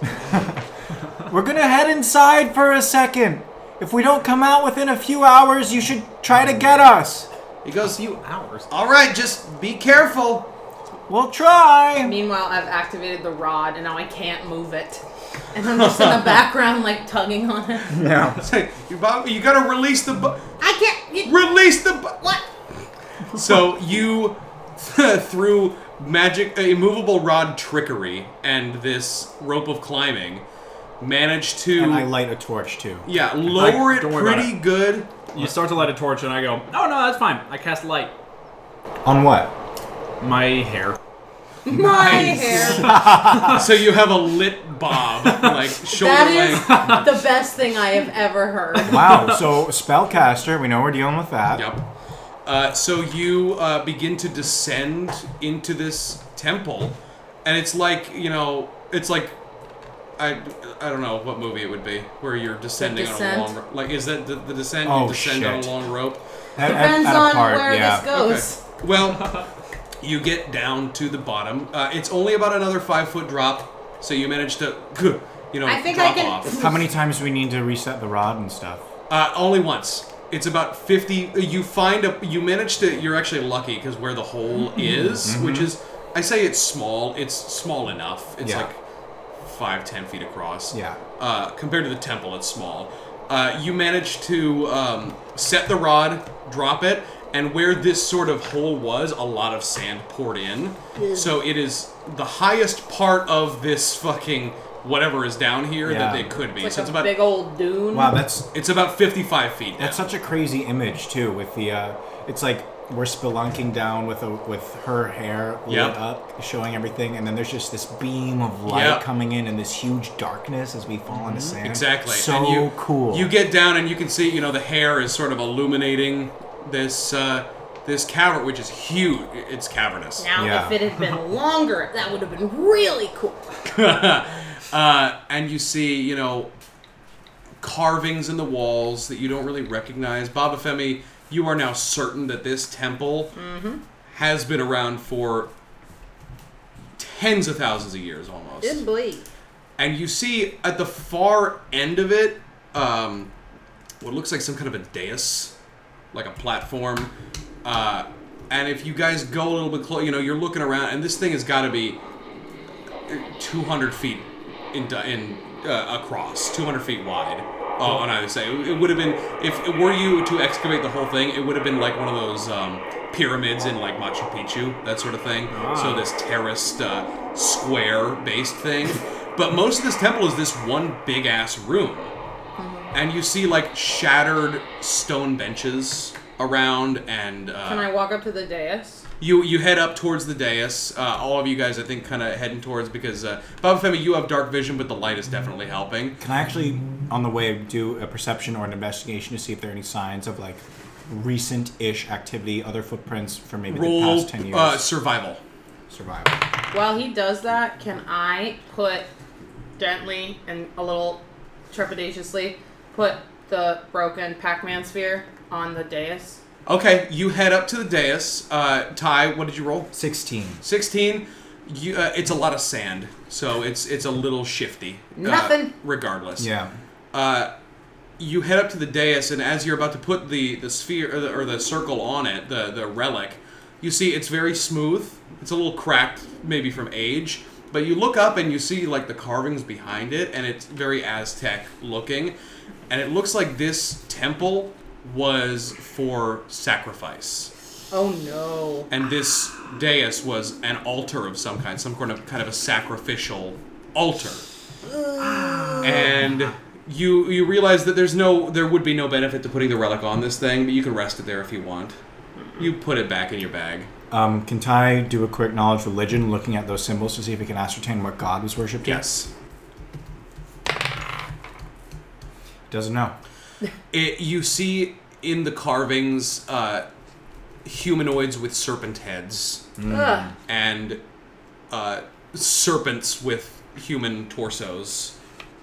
We're gonna head inside for a second. If we don't come out within a few hours, you should try to get us. He goes, Few hours. all right, just be careful. *laughs* We'll try." Meanwhile, I've activated the rod and now I can't move it. And I'm just in *laughs* the background, like tugging on it. Yeah. you, Bob, you gotta release the. Bu- I can't. *laughs* It, release the. Bu- what? so you, *laughs* through magic, uh, immovable rod trickery, and this rope of climbing, manage to. And I light a torch too. yeah, lower don't it worry about pretty good. You start to light a torch, and I go, "No, Oh, no, that's fine." I cast light. On what? My hair. My hair. So you have a lit bob, *laughs* like shoulder That length. *laughs* is the best thing I have ever heard. Wow. *laughs* So spellcaster, we know we're dealing with that. Yep. Uh, so you uh, begin to descend into this temple, and it's like you know, it's like I, I don't know what movie it would be where you're descending on a Descent? long ro- like is that the, the descent? Oh, you descend on a shit. long rope. At- at- Depends at a on part, where yeah. this goes. Well, you get down to the bottom. Uh, it's only about another five foot drop, so you manage to *laughs* you know I think I drop can- off. How many times do we need to reset the rod and stuff? Uh, only once. It's about 50. You find a. You manage to. You're actually lucky because where the hole Mm-hmm. is, which is. I say it's small. It's small enough. It's Yeah. like five, ten feet across. Yeah. Uh, compared to the temple, it's small. Uh, you manage to um, set the rod, drop it, and where this sort of hole was, a lot of sand poured in. Mm. So it is the highest part of this fucking whatever is down here that Yeah. they could be. It's like so a it's about big old dune. Wow, that's it's about 55 feet. now. That's such a crazy image too. With the, uh, it's like we're spelunking down with a with her hair Yep. lit up, showing everything, and then there's just this beam of light Yep. Mm-hmm. coming in, and this huge darkness as we fall into sand. Exactly. So and you, cool. You get down and you can see, you know, the hair is sort of illuminating this uh, this cavern, which is huge. It's cavernous. Now, Yeah. if it *laughs* had been longer, that would have been really cool. *laughs* Uh, and you see, you know, carvings in the walls that you don't really recognize. Baba Femi, you are now certain that this temple has been around for tens of thousands of years almost. Good bleed. and you see at the far end of it um, what looks like some kind of a dais like a platform uh, and if you guys go a little bit close you know you're looking around and this thing has got to be 200 feet in, di- in uh, across 200 feet wide oh on either side it would have been if were you to excavate the whole thing it would have been like one of those um, pyramids in like Machu Picchu, that sort of thing. Ah. So this terraced uh, square-based thing. But most of this temple is this one big ass room, Mm-hmm. and you see like shattered stone benches around and uh, Can I walk up to the dais? you you head up towards the dais. Uh, all of you guys, I think, kind of heading towards because uh, Baba Femi, you have dark vision, but the light is definitely Mm-hmm. helping. Can I actually, on the way, do a perception or an investigation to see if there are any signs of like recent-ish activity, other footprints for maybe Roll the past ten years? Uh, survival. Survival. While he does that, can I put gently and a little trepidatiously put the broken Pac-Man sphere on the dais? Okay, you head up to the dais. Uh, Ty, what did you roll? Sixteen. Sixteen. You, uh, it's a lot of sand, so it's it's a little shifty. uh, Nothing. regardless. Yeah. you head up to the dais, and as you're about to put the the sphere or the, or the circle on it, the the relic, you see it's very smooth. It's a little cracked, maybe from age. But you look up and you see like the carvings behind it, and it's very Aztec looking, and it looks like this temple was for sacrifice Oh no. and this dais was an altar of some kind, some kind of kind of a sacrificial altar. and you you realize that there's no there would be no benefit to putting the relic on this thing, but you can rest it there if you want. You put it back in your bag. Um, can Ty do a quick knowledge religion, looking at those symbols to see if he can ascertain what god was worshipped? at? Yes. Doesn't know. It, you see in the carvings uh, humanoids with serpent heads Ugh. and uh, serpents with human torsos.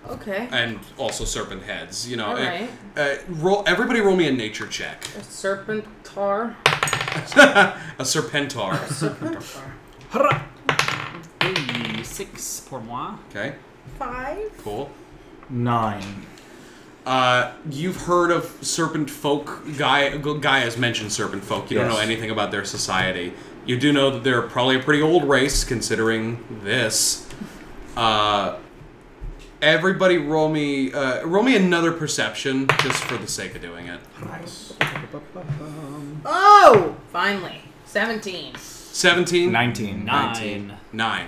Okay. and also serpent heads. You know, All right. uh, uh, roll everybody roll me a nature check. Serpent tar. A serpentar. *laughs* Serpent tar. Hurrah! Hey, six pour moi. Okay, Five. cool. Nine. Uh, you've heard of serpent folk. Guy Guy has mentioned serpent folk. You don't know Yes. anything about their society. You do know that they're probably a pretty old race, considering this. Uh, everybody, roll me uh, roll me another perception, just for the sake of doing it. Nice. Oh! Finally. 17. Seventeen. Nineteen. Nine. Nine.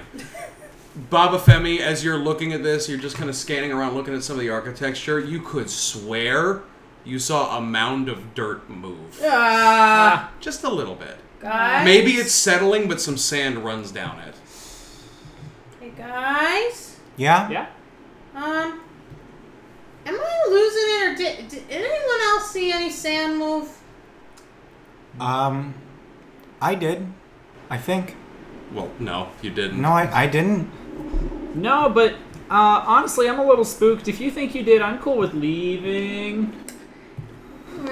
Baba Femi, as you're looking at this, you're just kind of scanning around looking at some of the architecture. You could swear you saw a mound of dirt move. Ah, Just a little bit. guys. Maybe it's settling, but some sand runs down it. Hey, guys. Yeah. Yeah. Um, am I losing it, or did, did anyone else see any sand move? Um, I did. I think. Well, no, you didn't. No, I, I didn't. No, but uh, honestly, I'm a little spooked. If you think you did, I'm cool with leaving. *laughs*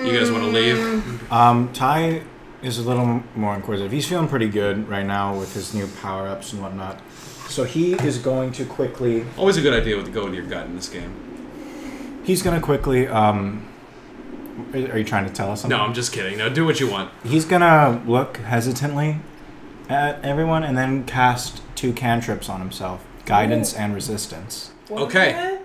You guys want to leave? Um, Ty is a little more inquisitive. He's feeling pretty good right now with his new power ups and whatnot. So he is going to quickly. Always a good idea with to go into your gut in this game. He's going to quickly. Um, are are you trying to tell us something? No, I'm just kidding. No, do what you want. He's gonna look hesitantly at everyone and then cast two cantrips on himself guidance and resistance Okay.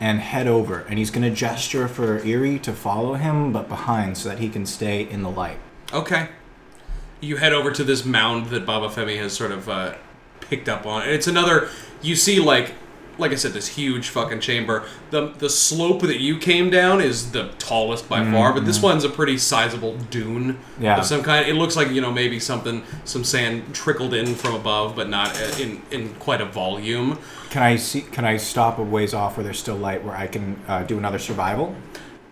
and head over. And he's gonna gesture for Eerie to follow him but behind so that he can stay in the light. Okay. You head over to this mound that Baba Femi has sort of uh, picked up on. And it's another. You see, like, like I said, this huge fucking chamber. The the slope that you came down is the tallest by far, but this one's a pretty sizable dune Yeah. of some kind. It looks like you know maybe something, some sand trickled in from above, but not uh, in in quite a volume. Can I see? Can I stop a ways off where there's still light where I can uh, do another survival?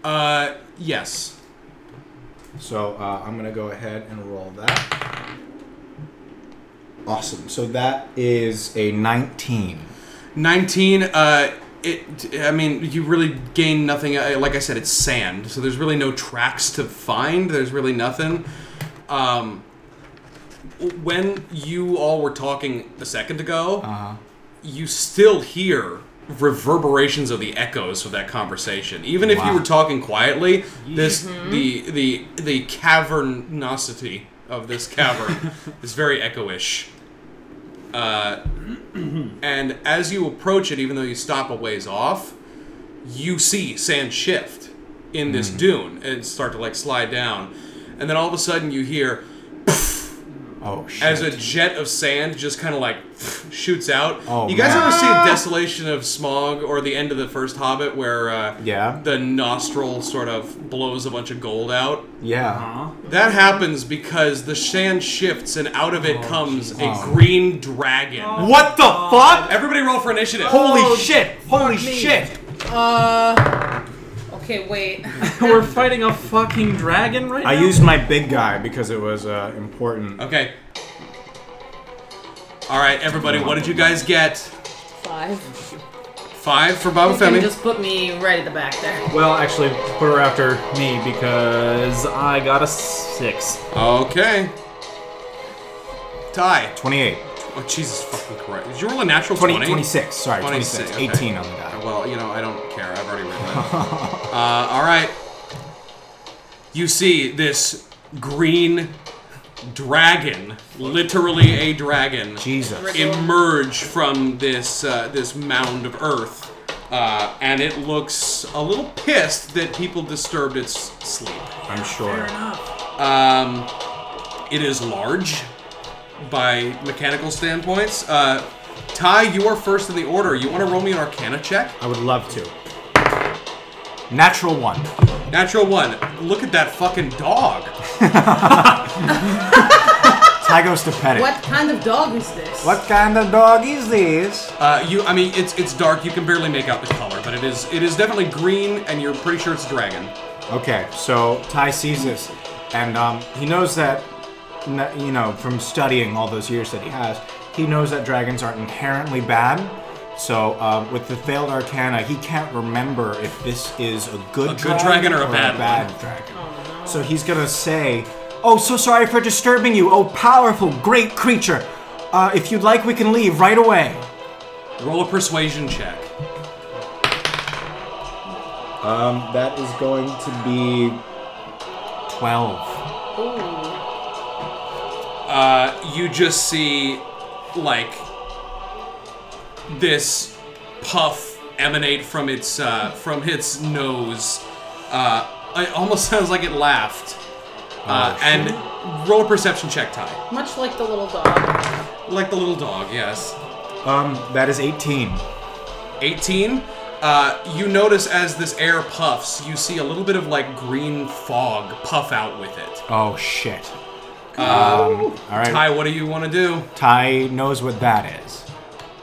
Uh, yes. So uh, I'm gonna go ahead and roll that. Awesome. So that is a 19. 19 uh it i mean you really gain nothing uh, like i said it's sand so there's really no tracks to find there's really nothing um when you all were talking a second ago you still hear reverberations of the echoes of that conversation even if you Wow. were talking quietly this the the the cavernosity of this cavern is very echoish uh, and as you approach it, even though you stop a ways off, you see sand shift in this dune and start to like slide down. and then all of a sudden you hear Oh shit. as a jet of sand just kind of like *sniffs* shoots out. Oh, you guys man. ever see a desolation of smog or the end of the first Hobbit where uh, Yeah. the nostril sort of blows a bunch of gold out? yeah. That happens because the sand shifts and out of it Oh, comes a green dragon. Oh. What the fuck? Everybody roll for initiative. Holy Oh, shit! Holy fuck me. shit! Uh. Okay, wait. *laughs* We're fighting a fucking dragon right I now. used my big guy because it was uh, important. Okay. All right, everybody. What did you guys get? Five. Five for Baba You can Oh, Femi. just put me right at the back there. Well, actually, put her after me because I got a six. Okay. Tie. 28. Oh Jesus fucking Christ! Did you roll a natural 20, twenty? 26. Sorry, 26. 26, okay. 18 on the die. Uh, Well, you know, I don't care. I've already written that. uh, all right. You see this green dragon, literally a dragon, Jesus. emerge from this uh, this mound of earth, uh, and it looks a little pissed that people disturbed its sleep. I'm sure. Um, it is large by mechanical standpoints. Uh, Ty, you are first in the order. You want to roll me an Arcana check? I would love to. Natural one. Natural one. Look at that fucking dog. Ty goes to pet it. What kind of dog is this? What kind of dog is this? Uh, you, I mean, it's it's dark. You can barely make out the color, but it is it is definitely green, and you're pretty sure it's a dragon. Okay, so Ty sees this, and um, he knows that, n- you know, from studying all those years that he has, he knows that dragons aren't inherently bad. So uh, with the failed arcana, he can't remember if this is a good, A good dragon or a bad one. dragon. So he's gonna say, "Oh, so sorry for disturbing you. Oh, powerful, great creature. Uh, if you'd like, we can leave right away." Roll a persuasion check. Um, that is going to be twelve. Ooh. Uh, you just see like this puff emanate from its uh, from its nose. Uh, it almost *laughs* sounds like it laughed. Uh, and roll a perception check, Ty. Much like the little dog. Like the little dog, yes. Um, that is eighteen. 18 uh, you notice as this air puffs you see a little bit of like green fog puff out with it Oh shit. Um, all right. ty what do you want to do Ty knows what that is.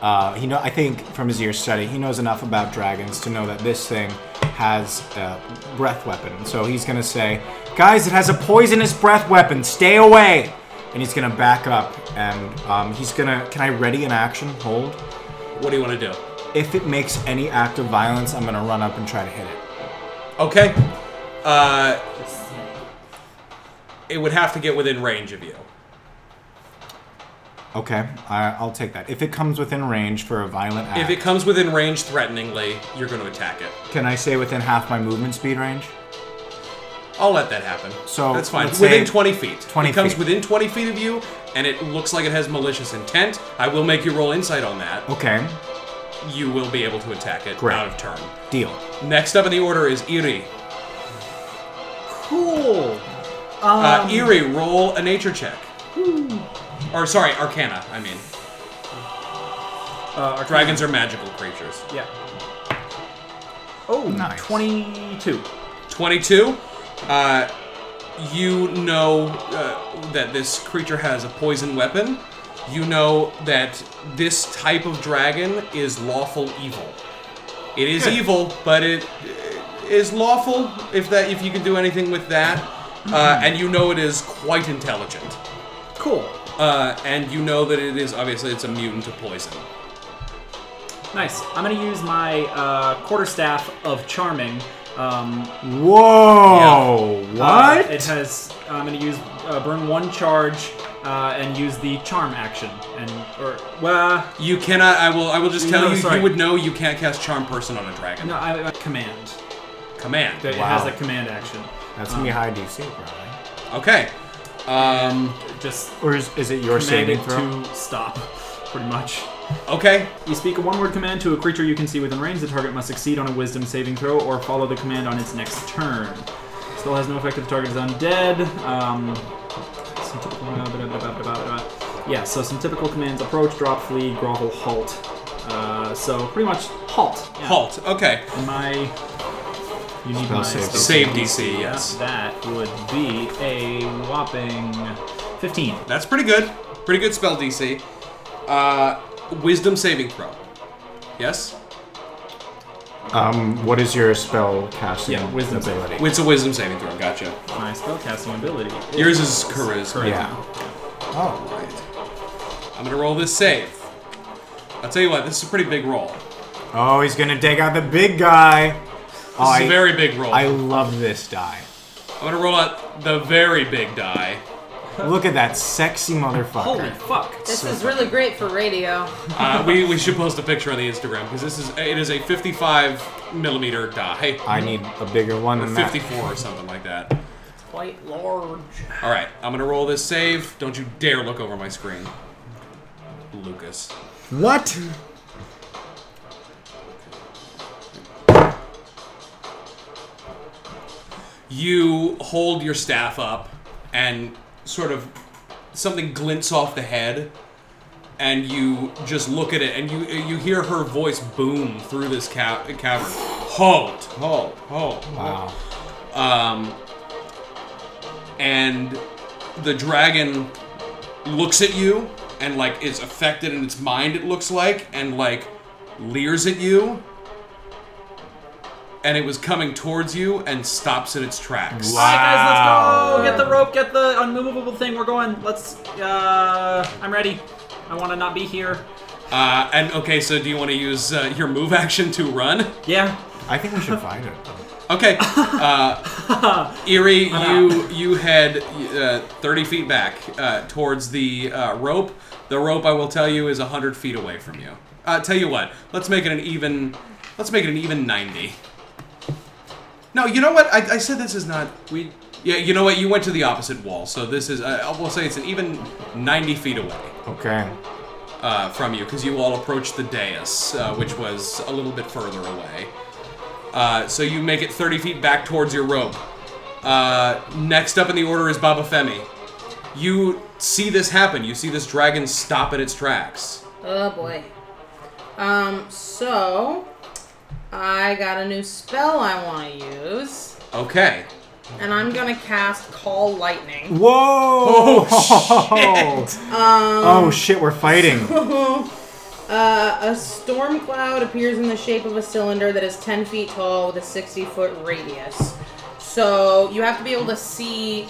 Uh, he know. I think from his years study, he knows enough about dragons to know that this thing has a breath weapon. So he's gonna say, "Guys, it has a poisonous breath weapon. Stay away!" And he's gonna back up, and um, he's gonna. Can I ready an action? Hold. what do you want to do If it makes any act of violence, I'm gonna run up and try to hit it. okay uh, it would have to get within range of you Okay, I, I'll take that. If it comes within range for a violent act, if it comes within range threateningly you're going to attack it can I say within half my movement speed range? I'll let that happen. So, that's fine. let's Within say 20 feet. 20 it comes feet. within 20 feet of you, and it looks like it has malicious intent. I will make you roll insight on that. Okay, You will be able to attack it Great. out of turn. deal. Next up in the order is Iri. Cool. uh, Iri, roll a nature check. Or sorry, Arcana. I mean, Uh, our dragons are magical creatures. Yeah. Oh, Nice. 22. Twenty-two. Uh, you know uh, that this creature has a poison weapon. You know that this type of dragon is lawful evil. It is evil, but it uh, is lawful if that if you can do anything with that. Uh, and you know it is quite intelligent. Cool. Uh, and you know that it is obviously it's immune to poison. Nice. I'm gonna use my uh, quarterstaff of charming. Um, Whoa! uh, What? it has. I'm gonna use uh, burn one charge uh, and use the charm action and or well, You cannot. I will. I will just tell No, you. sorry. You would know. You can't cast charm person on a dragon. no, I, I command. Command. It Wow. has a command action. That's gonna be high DC, probably. Okay. Um. Just Or is, is it your command saving it throw? to stop, *laughs* pretty much. Okay. You speak a one-word command to a creature you can see within range. The target must succeed on a Wisdom saving throw or follow the command on its next turn. So Spell has no effect if the target is undead. Um, some typical, blah, blah, blah, blah, blah, blah, blah. Yeah, so some typical commands approach, drop, flee, grovel, halt. Uh, so pretty much halt. Yeah. Halt. Okay. And My. You need my save. spell Save save DC, Yeah, yes. That would be a whopping 15. That's pretty good. Pretty good spell DC. Uh, wisdom saving throw. Yes? Um, what is your spell casting Yeah, wisdom save. ability? It's a wisdom saving throw. Gotcha. My spellcasting ability. Yours is charisma. Charisma. Yeah. Oh. I'm gonna roll this save. I'll tell you what, this is a pretty big roll. This Oh, he's gonna dig out the big guy. Oh, is a I, very big roll. I I, am love this die. gonna roll out the very big die. Look at that sexy motherfucker. Holy fuck. This is really great for radio. Uh, we, we should post a picture on the Instagram because this is it is a 55 millimeter die, I need a bigger one than that. 54 or something like that. Quite large. All right, I'm gonna roll this save. Don't you dare look over my screen, Lucas. What? you hold your staff up and sort of something glints off the head and you just look at it and you you hear her voice boom through this ca- cavern halt halt halt Wow. um, and the dragon looks at you and like is affected in its mind it looks like and like leers at you and it was coming towards you and stops in its tracks All right, guys, let's go. Get the rope. Get the unmovable thing. We're going. Let's. Uh, I'm ready. I want to not be here. uh, and okay so do you want to use uh, your move action to run *laughs* Yeah. I think we should find it. okay uh, Eerie, you you head uh, 30 feet back uh, towards the uh, rope. The rope, I will tell you, is 100 feet away from you. Uh, tell you what, let's make it an even. Let's make it an even 90. No, you know what? I, I said this is not. We. Yeah, you know what? You went to the opposite wall, so this is. Uh, I will say it's an even 90 feet away Okay. uh, from you because you all approached the dais, uh, which was a little bit further away. Uh, so you make it 30 feet back towards your rope. Uh, next up in the order is Baba Femi. You see this happen. You see this dragon stop in its tracks. Oh boy. Um, so I got a new spell I want to use, Okay. and I'm gonna cast Call Lightning. Whoa! Oh shit. *laughs* Oh shit, we're fighting. Uh, a storm cloud appears in the shape of a cylinder that is 10 feet tall with a 60 foot radius. So you have to be able to see,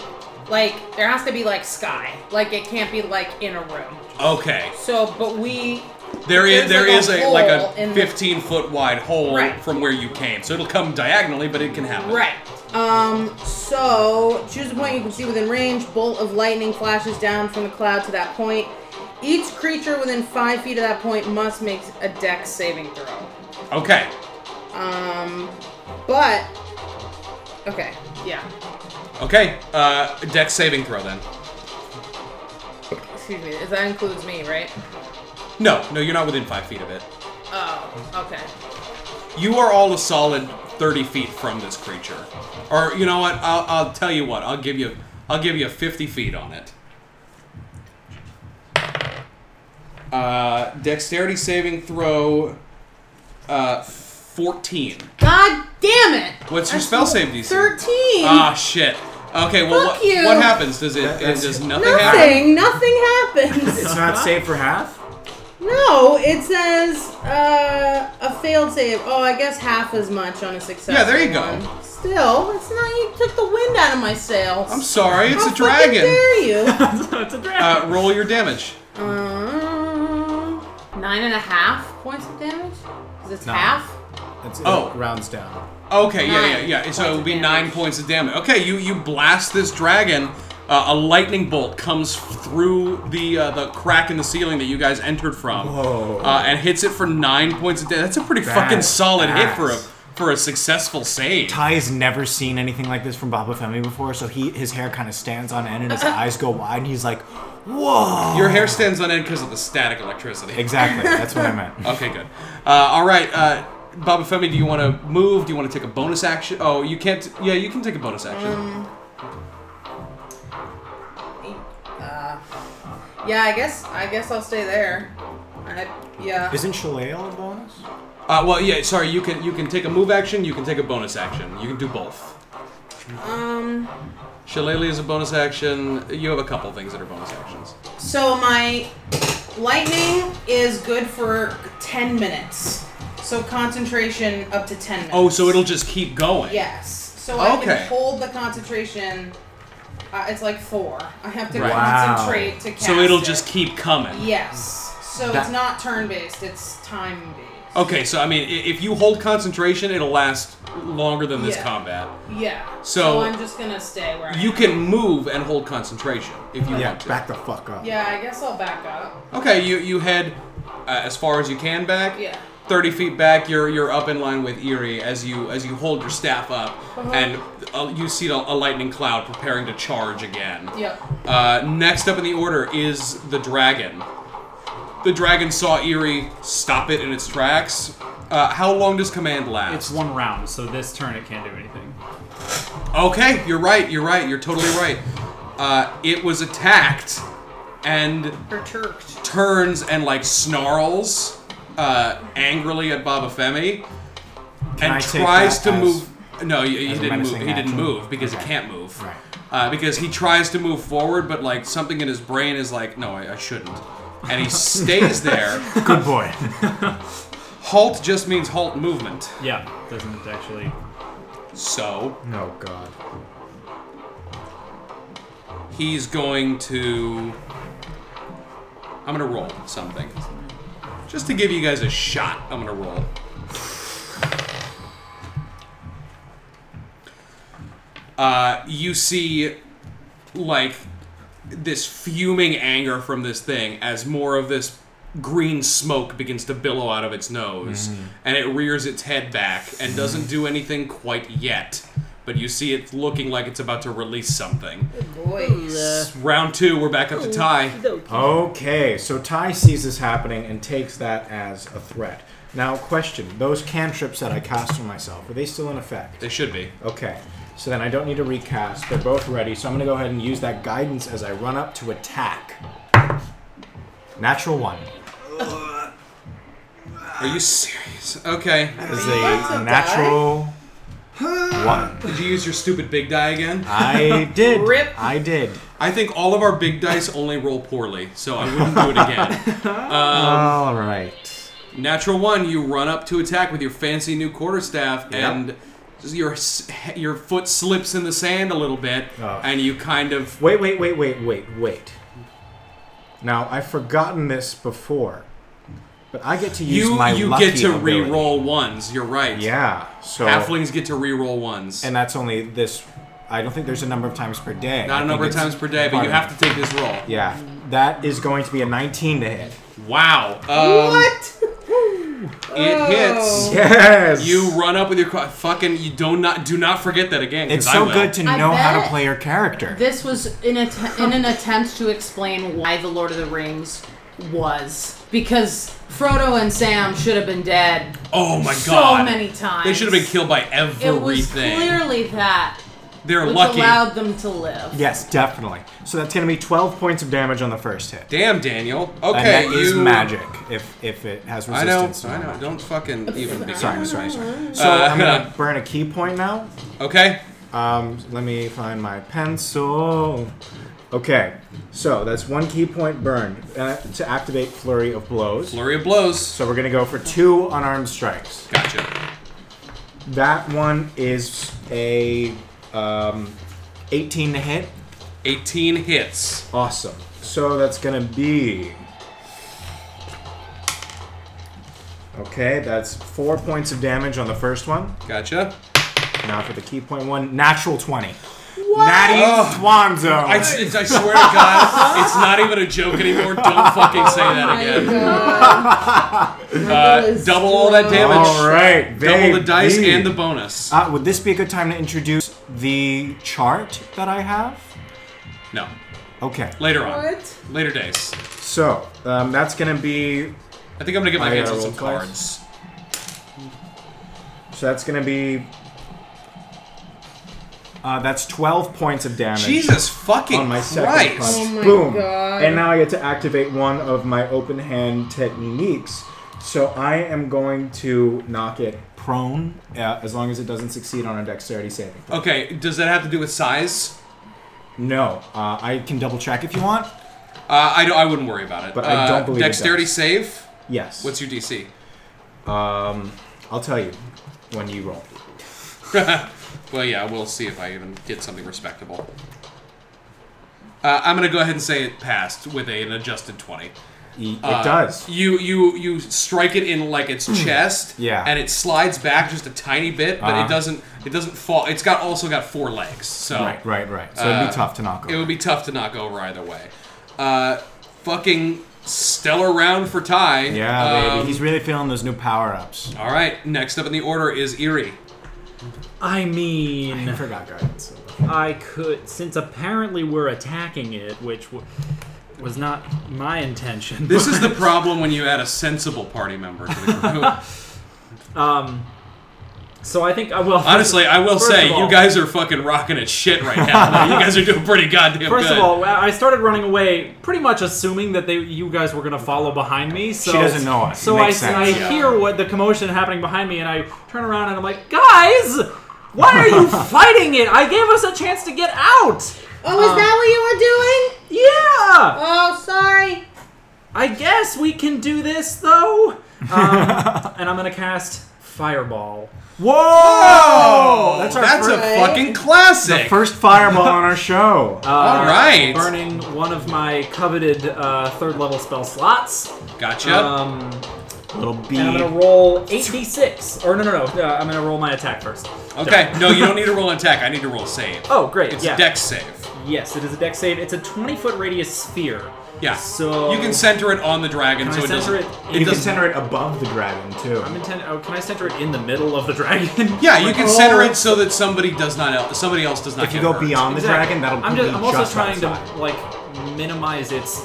like, there has to be, like, sky. Like, it can't be, like, in a room. Okay. So, but we. There is there There's is a like hole in a the- 15 foot wide hole Right. from where you came. So it'll come diagonally, but it can happen. Right. Um, so choose a point you can see within range. Bolt of lightning flashes down from the cloud to that point. Each creature within five feet of that point must make a dex saving throw. Okay. Um, but okay, yeah. Okay. Uh, deck saving throw then. Excuse me. That includes me, right? No, no, you're not within five feet of it. Oh, okay. You are all a solid 30 feet from this creature. Or you know what? I'll, I'll tell you what. I'll give you I'll give you 50 feet on it. Uh, dexterity saving throw uh, 14. God damn it! What's your spell save DC? Thirteen. Ah shit. Okay, well Fuck what, you. what happens? Does it, it does nothing, happen? nothing. Nothing happens. *laughs* It's not safe for half? No, it says uh, a failed save. Oh, I guess half as much on a success. Yeah, there you go. Still, it's not. You took the wind out of my sails. I'm sorry, it's How a dragon. Dare you? *laughs* it's a dragon. Uh, roll your damage. um, nine and a half points of damage. Is it's half? That's, Oh. It rounds down. Okay, yeah, Nine yeah, yeah. So points it would of be damage. nine points of damage. Okay, you you blast this dragon. Uh, a lightning bolt comes through the uh, the crack in the ceiling that you guys entered from, Whoa. Uh, and hits it for nine points of damage. That's a pretty fucking solid hit for a fast. for a successful save. Ty has never seen anything like this from Baba Femi before, so he his hair kind of stands on end and *laughs* his eyes go wide, and he's like, "Whoa!" Your hair *laughs* stands on end because of the static electricity. Exactly. That's what I meant. Okay, good. Uh, all right, uh, Baba Femi, do you want to move? Do you want to take a bonus action? Oh, you can't. Yeah, you can take a bonus action. Mm. Uh, yeah, I guess I guess I'll stay there. I, yeah. Isn't Shalale a bonus? Uh, well, yeah. Sorry, you can you can take a move action. You can take a bonus action. You can do both. Um. Shillelagh is a bonus action. You have a couple things that are bonus actions. So my lightning is good for ten minutes. So concentration up to ten minutes. Oh, so it'll just keep going. Yes. So I Okay. can hold the concentration. Uh, it's like four. I have to Right. Wow. concentrate to cast. So it'll it. just keep coming. Yes. So it's That- not turn based. It's time based. Okay, so I mean, i- if you hold concentration, it'll last longer than this Yeah. combat. Yeah. So- I'm just gonna stay where I You am. can move and hold concentration if you Yeah, want to. back the fuck up. Yeah, I guess I'll back up. Okay, you you head uh, as far as you can back. Yeah. Thirty feet back, you're you're up in line with Eerie as you as you hold your staff up, Uh-huh. and uh, you see a, a lightning cloud preparing to charge again. Yep. Uh, next up in the order is the dragon. The dragon saw Eerie stop it in its tracks. Uh, how long does command last? It's one round, so this turn it can't do anything. Okay, you're right. You're right. You're totally right. Uh, it was attacked, and Perturbed. turns and like snarls uh, angrily at Baba Femi, and I take tries that to as- move. No, he, he as didn't a move. menacing He didn't action? move because he Okay. can't move. Right. Uh, because he tries to move forward, but like something in his brain is like, no, I, I shouldn't, and he stays *laughs* there. Good boy. halt just means halt movement. Yeah, doesn't actually. So oh god. he's going to. I'm gonna roll something. Just to give you guys a shot, I'm gonna roll. Uh, you see, like, this fuming anger from this thing as more of this green smoke begins to billow out of its nose and it rears its head back and doesn't do anything quite yet. But you see it looking like it's about to release something. Boys. Uh, Round two, we're back up Oh, to tie. Okay, so Ty sees this happening and takes that as a threat. Now, question: Those cantrips that I cast on myself are they still in effect? They should be. Okay, so then I don't need to recast. They're both ready, so I'm gonna go ahead and use that guidance as I run up to attack. Natural one. Are you serious? Okay. Is That's a a natural one. Did you use your stupid big die again? I did. Rip. I did. I think all of our big dice only roll poorly, so I wouldn't do it *laughs* again. Um, All right. Natural one, you run up to attack with your fancy new quarterstaff, and your s- your foot slips in the sand a little bit, Oh. and you kind of Wait, wait, wait, wait, wait, wait. Now I've forgotten this before, but I get to use you my you lucky get to ability. re-roll ones. You're right. Yeah. So Halflings get to re-roll ones. and that's only this. I don't think there's a number of times per day. I not a think number of it's- times per day, but you pardon. have to take this roll. Yeah, that is going to be a 19 to hit. Wow. Um, What? It hits. Yes. You run up with your car. Fucking, you do not do not forget that again. 'cause It's I so will. good to I know how to bet- play your character. This was in, att- in an attempt to explain why the Lord of the Rings was. Because Frodo and Sam should have been dead Oh my so god! many times. They should have been killed by It was everything. clearly that They're which lucky. allowed them to live. Yes, definitely. So that's going to be 12 points of damage on the first hit. Damn, Daniel. Okay, and that is you- magic if if it has I know. resistance. I to know. Uh, it. Don't fucking even begin. Sorry, sorry, *laughs* sorry. So *laughs* I'm gonna burn a key point now. Okay. Um, let me find my pencil. Okay, so that's one key point burned uh, to activate flurry of blows. Flurry of blows. So we're gonna go for two unarmed strikes. Gotcha. That one is a um, 18 to hit. 18 hits. Awesome. So that's gonna be. Okay, that's four points of damage on the first one. Gotcha. Now for the key point one, natural 20. Natty Swan Zone. I, s- I swear to God, it's not even a joke anymore. *laughs* Oh Don't fucking say that again. Uh, double all that damage. All right, Double the baby. dice and the bonus. Uh, would this be a good time to introduce the chart that I have? No. Okay, Later on. What? Later days. so um, that's gonna be I think I'm gonna get my I hands gotta on roll some twice. cards. So that's gonna be. Uh, that's 12 points of damage. Jesus fucking on my second punch. Christ. Oh my Boom. God. And now I get to activate one of my open hand techniques. So I am going to knock it prone uh, as long as it doesn't succeed on a dexterity saving. throw. Okay, does that have to do with size? No, uh, I can double check if you want. Uh, I, don't- I wouldn't worry about it. But I don't Uh, believe it Dexterity does. save? Yes. What's your DC? I'll tell you when you roll. Well, yeah, we'll see if I even get something respectable. Uh, I'm gonna go ahead and say it passed with a, an adjusted twenty. E- It Uh, does. You you you strike it in like its chest. Hmm. Yeah. Uh-huh. And it slides back just a tiny bit, but it doesn't it doesn't fall. It's got also got four legs, so Right, right, right. So it'd uh, be tough to knock over. it would be tough to knock over either way. Uh, fucking stellar round for Ty. yeah, Um, baby. He's really feeling those new power ups. all right. Next up in the order is Eerie. I mean, I forgot guidance. I could, since apparently we're attacking it, which w- was not my intention. This *laughs* is the problem when you add a sensible party member to the group. *laughs* so I think uh, I will. Honestly, I will First say of all- you guys are fucking rocking it shit right *laughs* now. man. you guys are doing pretty goddamn First good. of all, I started running away, pretty much assuming that they, you guys were gonna follow behind me. So She doesn't know us. It So makes I, sense. I Yeah. hear what the commotion happening behind me, and I turn around and I'm like, guys, why *laughs* are you fighting it? I gave us a chance to get out. Oh, Um, is that what you were doing? Yeah, Oh, sorry. I guess we can do this though. Um, *laughs* and I'm gonna cast fireball. Whoa! Oh, that's That's our a first, fucking classic. first fireball on our show. all right, Uh, burning one of my coveted uh, third level spell slots. gotcha. Um, Little bee. And I'm gonna roll 8d6. Or no, no, no. Uh, I'm gonna roll my attack first. okay, no, you don't need to roll an attack. I need to roll a save. Oh, great. It's yeah. a dex save. Yes, it is a deck save. It's a 20 foot radius sphere. Yeah. So you can center it on the dragon, Can so I it doesn't. center it? it you can doesn't- center it above the dragon too. I'm intent- oh, can I center it in the middle of the dragon? Yeah, you oh, can center it so that somebody does not. El- somebody else does not. if you get go hurt. beyond the Exactly. dragon, that'll *laughs* I'm be just, I'm also trying outside. to like minimize its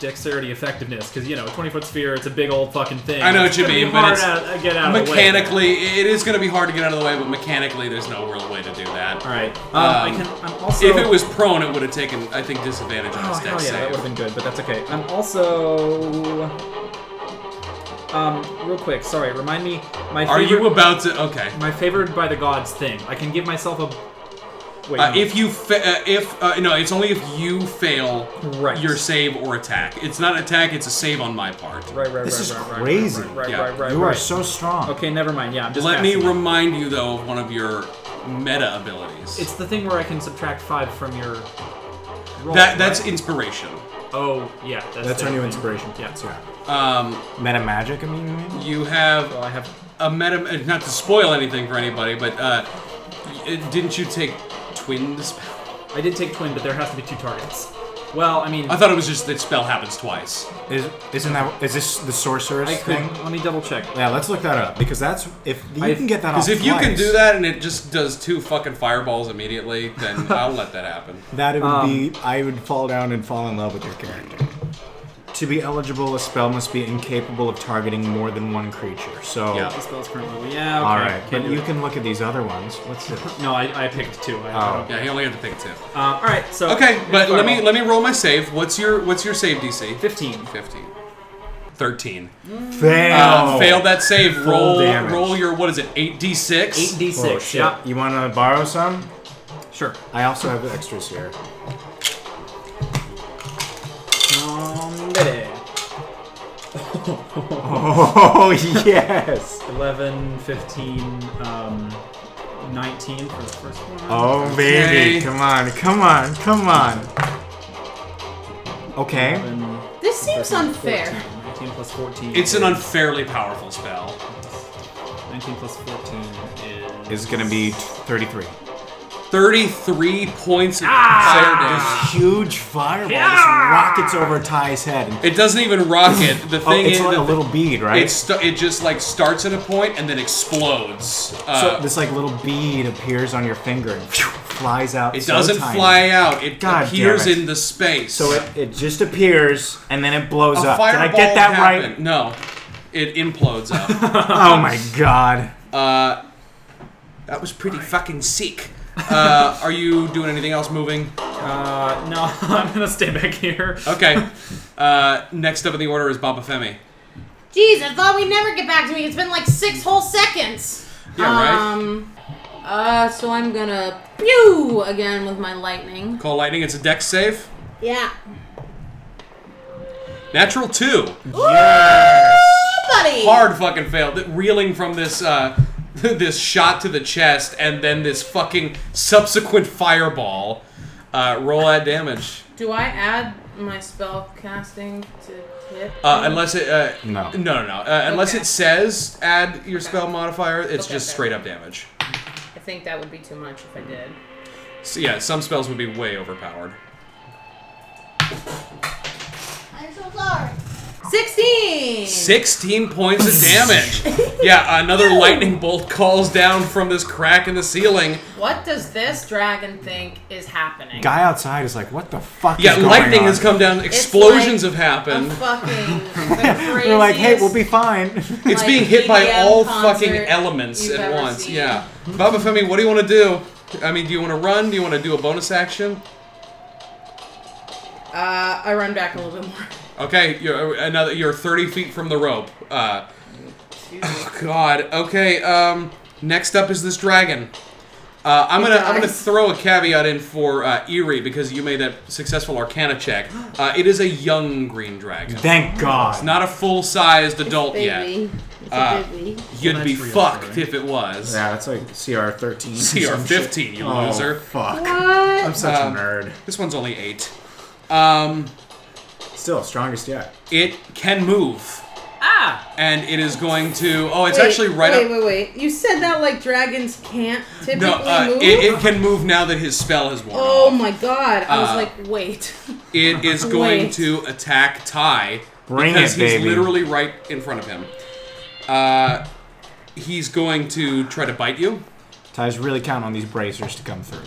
dexterity effectiveness because you know 20 foot sphere. It's a big old fucking thing. I know what It's you gonna be mean, but hard it's out- get out of the way. mechanically, it is going to be hard to get out of the way, but mechanically, there's no real way to do that. All right. Um, I Um, can. I'm also. If it was prone, it would have taken, I think, disadvantage on Oh, its hell dex yeah, that would save. have been good, but that's okay. I'm also. Um, real quick, sorry, remind me. My Are favorite, you about to? Okay. Uh, my favored by the gods thing? I can give myself a. Wait. Uh, no. if you fa- uh, if uh, no, it's only if you fail Right. your save or attack. It's not attack; it's a save on my part. Right, right, This right, is right, right, crazy. Right, right, Yeah. right, right. You are right. so strong. Okay, never mind. Yeah, I'm just. Let me passing that. remind you though of one of your meta abilities. It's the thing where I can subtract five from your. Roll, that that's right? inspiration. Oh yeah, that's. That's the our new thing. inspiration. Yeah. yeah. Um, Meta magic. I mean, you mean? you have Well, I have. a meta. uh, Not to spoil anything for anybody, but uh, y- uh, didn't you take twins? I did take twin, but there has to be two targets. Well, I mean, I thought it was just that spell happens twice. is isn't that is this the sorceress I could. thing? Let me double check. Yeah, let's look that up because that's if you I- can get that off. Because if you can twice, do that and it just does two fucking fireballs immediately, then *laughs* I'll let that happen. that it would um, be I would fall down and fall in love with your character. To be eligible, a spell must be incapable of targeting more than one creature. So, Yeah. The spell's currently. Yeah. Okay. all right, Can't but do you it. can look at these other ones. *laughs* What's this? No, I, I picked two. I Oh. Yeah, he only had to pick two. Um, all right, so Okay, but let me Fireball. let me roll my save. What's your what's your save DC? fifteen. 15. 13. Fail. Uh, failed that save. roll damage. roll your what is it? 8d6. Eight d Oh, six. shit. Yeah, You want to borrow some? sure. I also have extras here. Nombre. Oh yes. 11, 15, um, 19 for the first one. Oh Okay. baby, come on, come on, come on. Okay. 11, This seems 13, unfair. 14, 19 plus 14. It's an is- unfairly powerful spell. 19 plus 14 is. Is gonna be 33. 33 points of fire Huge fireball just rockets over Ty's head. And, damage. It doesn't even rocket. The oh, thing it's is like the a thi- little bead, right? it, st- it just like starts at a point and then explodes. so Uh, this like little bead appears on your finger and phew, flies out. it so doesn't tiny. fly out. It God damn appears it. in the space. So it, it just appears and then it blows a up. Did I fireball get that *laughs* happened. right? *laughs* No. It implodes up. Oh my god. Uh, That was pretty fucking sick. Uh, are you doing anything else moving? Uh, no, *laughs* I'm gonna stay back here. Okay. Uh, next up in the order is Baba Femi. Jeez, I thought we'd never get back to me. It's been like six whole seconds. Yeah, right? Um, uh, so I'm gonna pew again with my lightning. Call lightning. It's a dex save. Yeah. Natural two. Buddy! Hard fucking failed. Reeling from this uh, *laughs* this shot to the chest and then this fucking subsequent fireball. Uh, roll that damage. Do I add my spell casting to hit? Uh, unless it uh, No. no no no uh, unless Okay. it says add your spell modifier, it's Okay, just fair. straight up damage. I think that would be too much if I did. So, yeah, some spells would be way overpowered. I'm so sorry. 16! 16 points of *laughs* damage. yeah, another lightning bolt calls down from this crack in the ceiling. What does this dragon think is happening? Guy outside is like, what the fuck Yeah, is going lightning on? has come down, explosions have I'm happened. fucking. *laughs* the They're like, hey, we'll craziest- be fine. *laughs* it's like, being hit by EDM all concert fucking elements you've at ever once. seen. Yeah. Baba Femi, what do you want to do? I mean, do you want to run? Do you want to do a bonus action? Uh, I run back a little bit *laughs* more. Okay, you're uh, another. You're 30 feet from the rope. Uh, oh God. Okay. Um. Next up is this dragon. Uh, I'm gonna I'm gonna dies. throw a caveat in for uh, Eerie because you made that successful Arcana check. Uh, it is a young green dragon, Thank God. not a full-sized adult yet. Baby. It's Uh, a baby. You'd Well, be that's real, fucked sorry. if it was. Yeah, that's like CR *laughs* 13. CR 15, you Oh, loser. fuck. What? I'm such Um, a nerd. This one's only eight. Um, Still, strongest yet. it can move, Ah! and it is going to. Oh, it's actually right up. wait, Wait, wait, wait. You said that like dragons can't typically No, uh, move? it, it can move now that his spell has worn oh off. my god. I was Uh, like, Wait. It is going Wait. to attack Ty Bring because it, he's baby. literally right in front of him. Uh, he's going to try to bite you. Ty's really counting on these bracers to come through.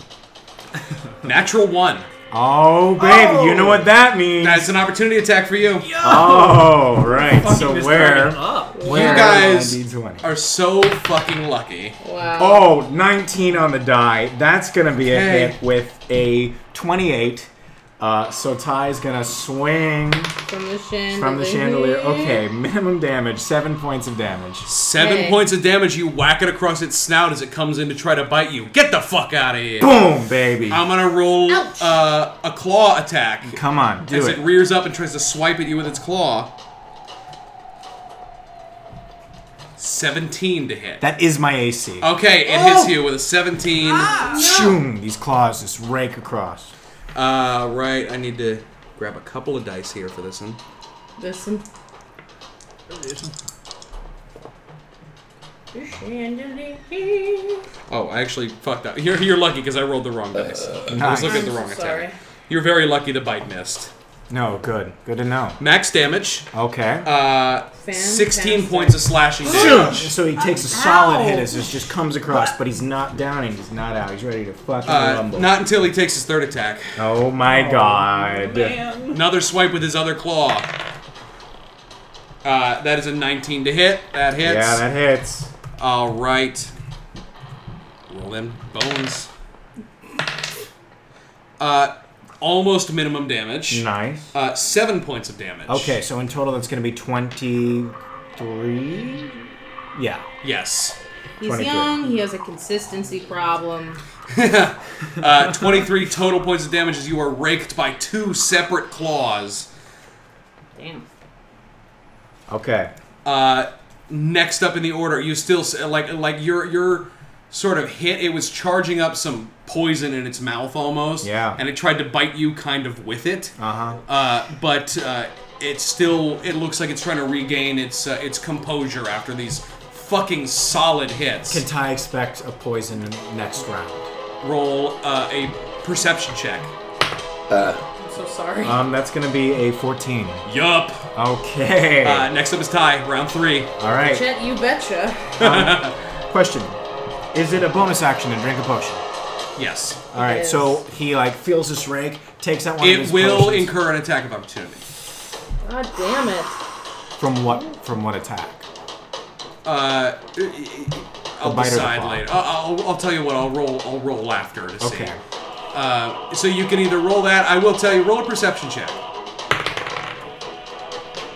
Natural one. Oh, baby, you know what that means. That's an opportunity attack for you. *laughs* oh, right. So Fucking this where? dragon Up. where guys am I being 20? Are so fucking lucky. *laughs* wow. Oh, 19 on the die. That's going to be a Okay. hit with a 28. Uh, so Ty's going to swing From the chandelier. from the chandelier. Okay, minimum damage, 7 points of damage. Seven Okay. points of damage. You whack it across its snout as it comes in to try to bite you. Get the fuck out of here. Boom, baby. I'm gonna roll Ouch. uh, a claw attack Come on, do as it. it rears up and tries to swipe at you with its claw. 17 to hit. That is my AC. Okay, it hits you with a 17. Ah. Shoom, these claws just rake across. Uh, right, I need to grab a couple of dice here for this one. Listen. The chandelier. Oh, I actually fucked up. You're, you're lucky because I rolled the wrong dice. I was Nice. looking at the I'm wrong so attack. sorry. You're very lucky the bite missed. No, good. Good to know. Max damage, Okay. uh, 16 Fantastic. points of slashing Shoom! damage. So he takes a solid Ow. hit as this just comes across, but he's not down and he's not out. He's ready to fucking Uh, rumble. not until he takes his third attack. oh my god. Another swipe with his other claw. Uh, that is a 19 to hit. That hits. Yeah, that hits. All right. Roll them bones. Uh, almost minimum damage. Nice. Uh, seven points of damage. Okay, so in total that's going to be 23? Yeah. Yes. He's 23. young. He has a consistency problem. Uh, 23 total points of damage as you are raked by two separate claws. Damn. Okay. Uh, next up in the order, you still s- like like your your sort of hit. It was charging up some poison in its mouth almost. Yeah. And it tried to bite you kind of with it. Uh-huh. Uh, but uh, it still it looks like it's trying to regain its uh, its composure after these fucking solid hits. Can Ty expect a poison next round? Roll uh, a perception check. I'm so sorry. Um, that's going to be a 14. Yup. Okay. Uh, next up is Ty, round three. All right. Chet, you betcha. Question. Is it a bonus action to drink a potion? Yes. All right, is. so he like feels this rake, takes out one of It his will potions. incur an attack of opportunity. God damn it. from what from what attack? Uh, I'll bite or the decide claw? later. I'll, I'll, I'll tell you what. I'll roll. I'll roll after to see. Okay. Uh, so you can either roll that. I will tell you. Roll a perception check.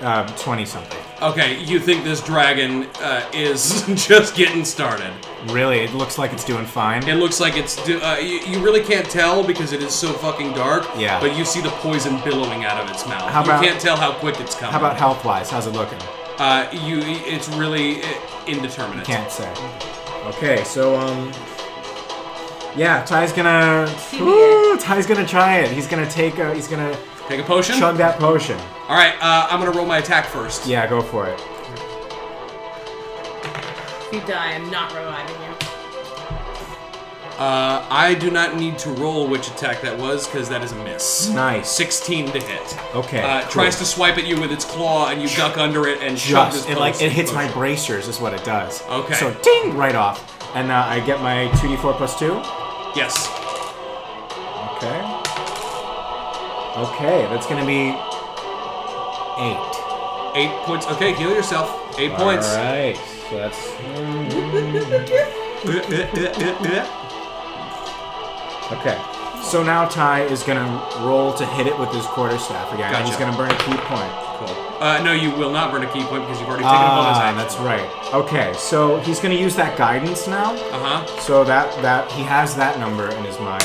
Uh, 20 something. Okay, you think this dragon uh, is *laughs* just getting started? Really, it looks like it's doing fine. It looks like it's. Do- uh, you, you really can't tell because it is so fucking dark. Yeah. But you see the poison billowing out of its mouth. How about- you can't tell how quick it's coming. How about health wise? How's it looking? Uh, you. It's really uh, indeterminate. Can't say. Okay, so um, yeah, Ty's gonna. Ooh, Ty's gonna try it. He's gonna take. A, he's gonna Take a potion. chug that potion. All right. Uh, I'm gonna roll my attack first. Yeah, go for it. If you die, I'm not reviving you. Uh, I do not need to roll which attack that was because that is a miss. Nice. 16 to hit. Okay, Uh, cool. Tries to swipe at you with its claw, and you duck under it and shove this Just it like potion- it hits my potion. bracers is what it does. Okay. So ding right off, and uh, I get my 2d4 plus two. Yes. Okay. Okay, that's gonna be eight. Eight points. Okay, heal yourself. Eight points. All right, so that's. okay. So now Ty is gonna roll to hit it with his quarterstaff again. And he's Gotcha. gonna burn a key point. Cool. Uh, no, you will not burn a key point because you've already taken a bonus Ah, action. that's right. Okay, so he's gonna use that guidance now. Uh huh. So that that he has that number in his mind.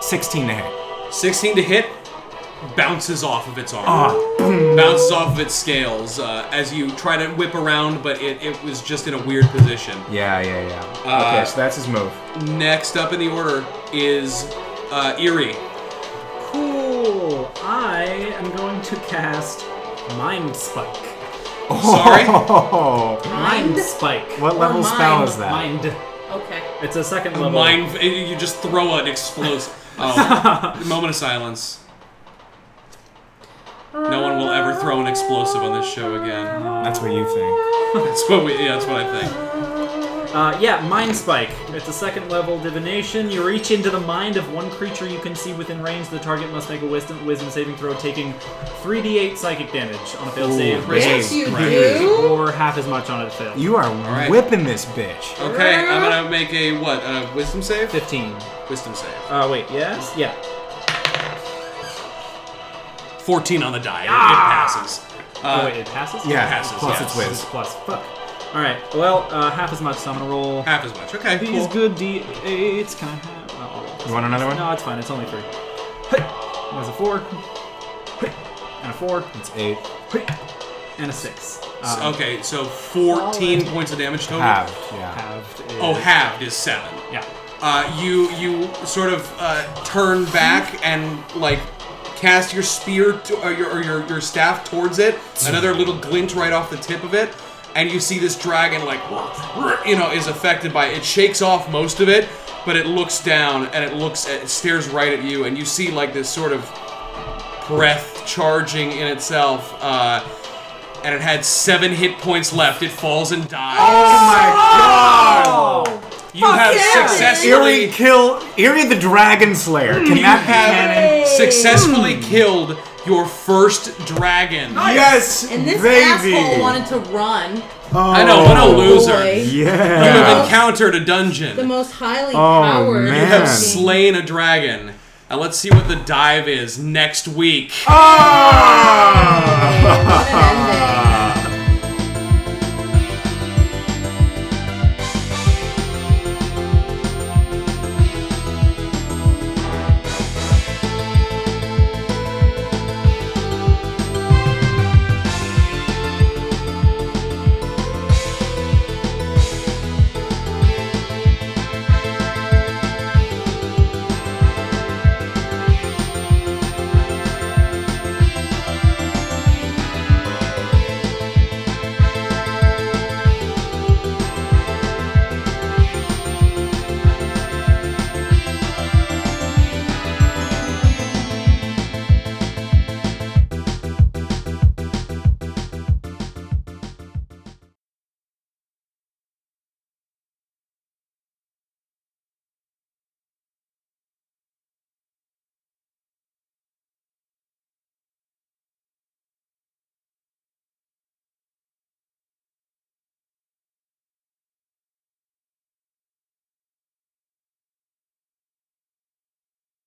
Sixteen to hit. 16 to hit. Bounces off of its arm. Ah. *clears throat* Bounces off of its scales uh, as you try to whip around, but it, it was just in a weird position. Yeah, yeah, yeah. Uh, okay, so that's his move. Next up in the order is uh, Eerie. Cool. I am going to cast Mind Spike. Sorry? *laughs* Oh, Mind Spike. *laughs* what level Or spell mind. is that? Mind. Okay. It's a second level. Mind, you just throw an explosive. Oh, *laughs* moment of silence. No one will ever throw an explosive on this show again. That's what you think. That's what we. Yeah, that's what I think. Uh, yeah, Mind Spike. It's a second level divination. You reach into the mind of one creature you can see within range. The target must make a wisdom, wisdom saving throw, taking 3d8 psychic damage on a failed save, Yes, you Right. do. or half as much on a failed. You are right. whipping this bitch. Okay, I'm gonna make a what? A wisdom save? 15. Wisdom save. Uh, wait, yes? Yeah. 14 on the die. It, it passes. oh, Uh, wait, it passes? Yeah, passes, plus yeah. it's It's whiz. plus. Fuck. Alright, well, uh, half as much, so I'm gonna roll half as much. Okay, these cool. good d8s. Can I have. oh, I'll roll this. You want another one? No, it's fine. It's only three. There's a four. And a four. It's eight. And a six. S- Um, Okay, so 14 points of damage total. Halved, yeah. halved is- Oh, halved is seven. Yeah. uh, you you sort of uh, turn back and like cast your spear to, or, your, or your your staff towards it. Another little glint right off the tip of it, and you see this dragon like you know is affected by it. It Shakes off most of it, but it looks down and it looks at, it stares right at you, and you see like this sort of breath charging in itself. Uh, and it had seven hit points left. It falls and dies. Oh my you have yeah! successfully god! Eerie kill Eerie the Dragon Slayer. Can that be canon? have successfully killed your first dragon. Yes! And this baby! Oh. asshole wanted to run. I know, what a loser. Oh, Boy, You have Yeah. encountered a the dungeon. most highly Oh, powered. man. You have Man. slain a dragon. Now let's see Ah! *laughs* what the dive is next week. Oh! What an ending. Ah!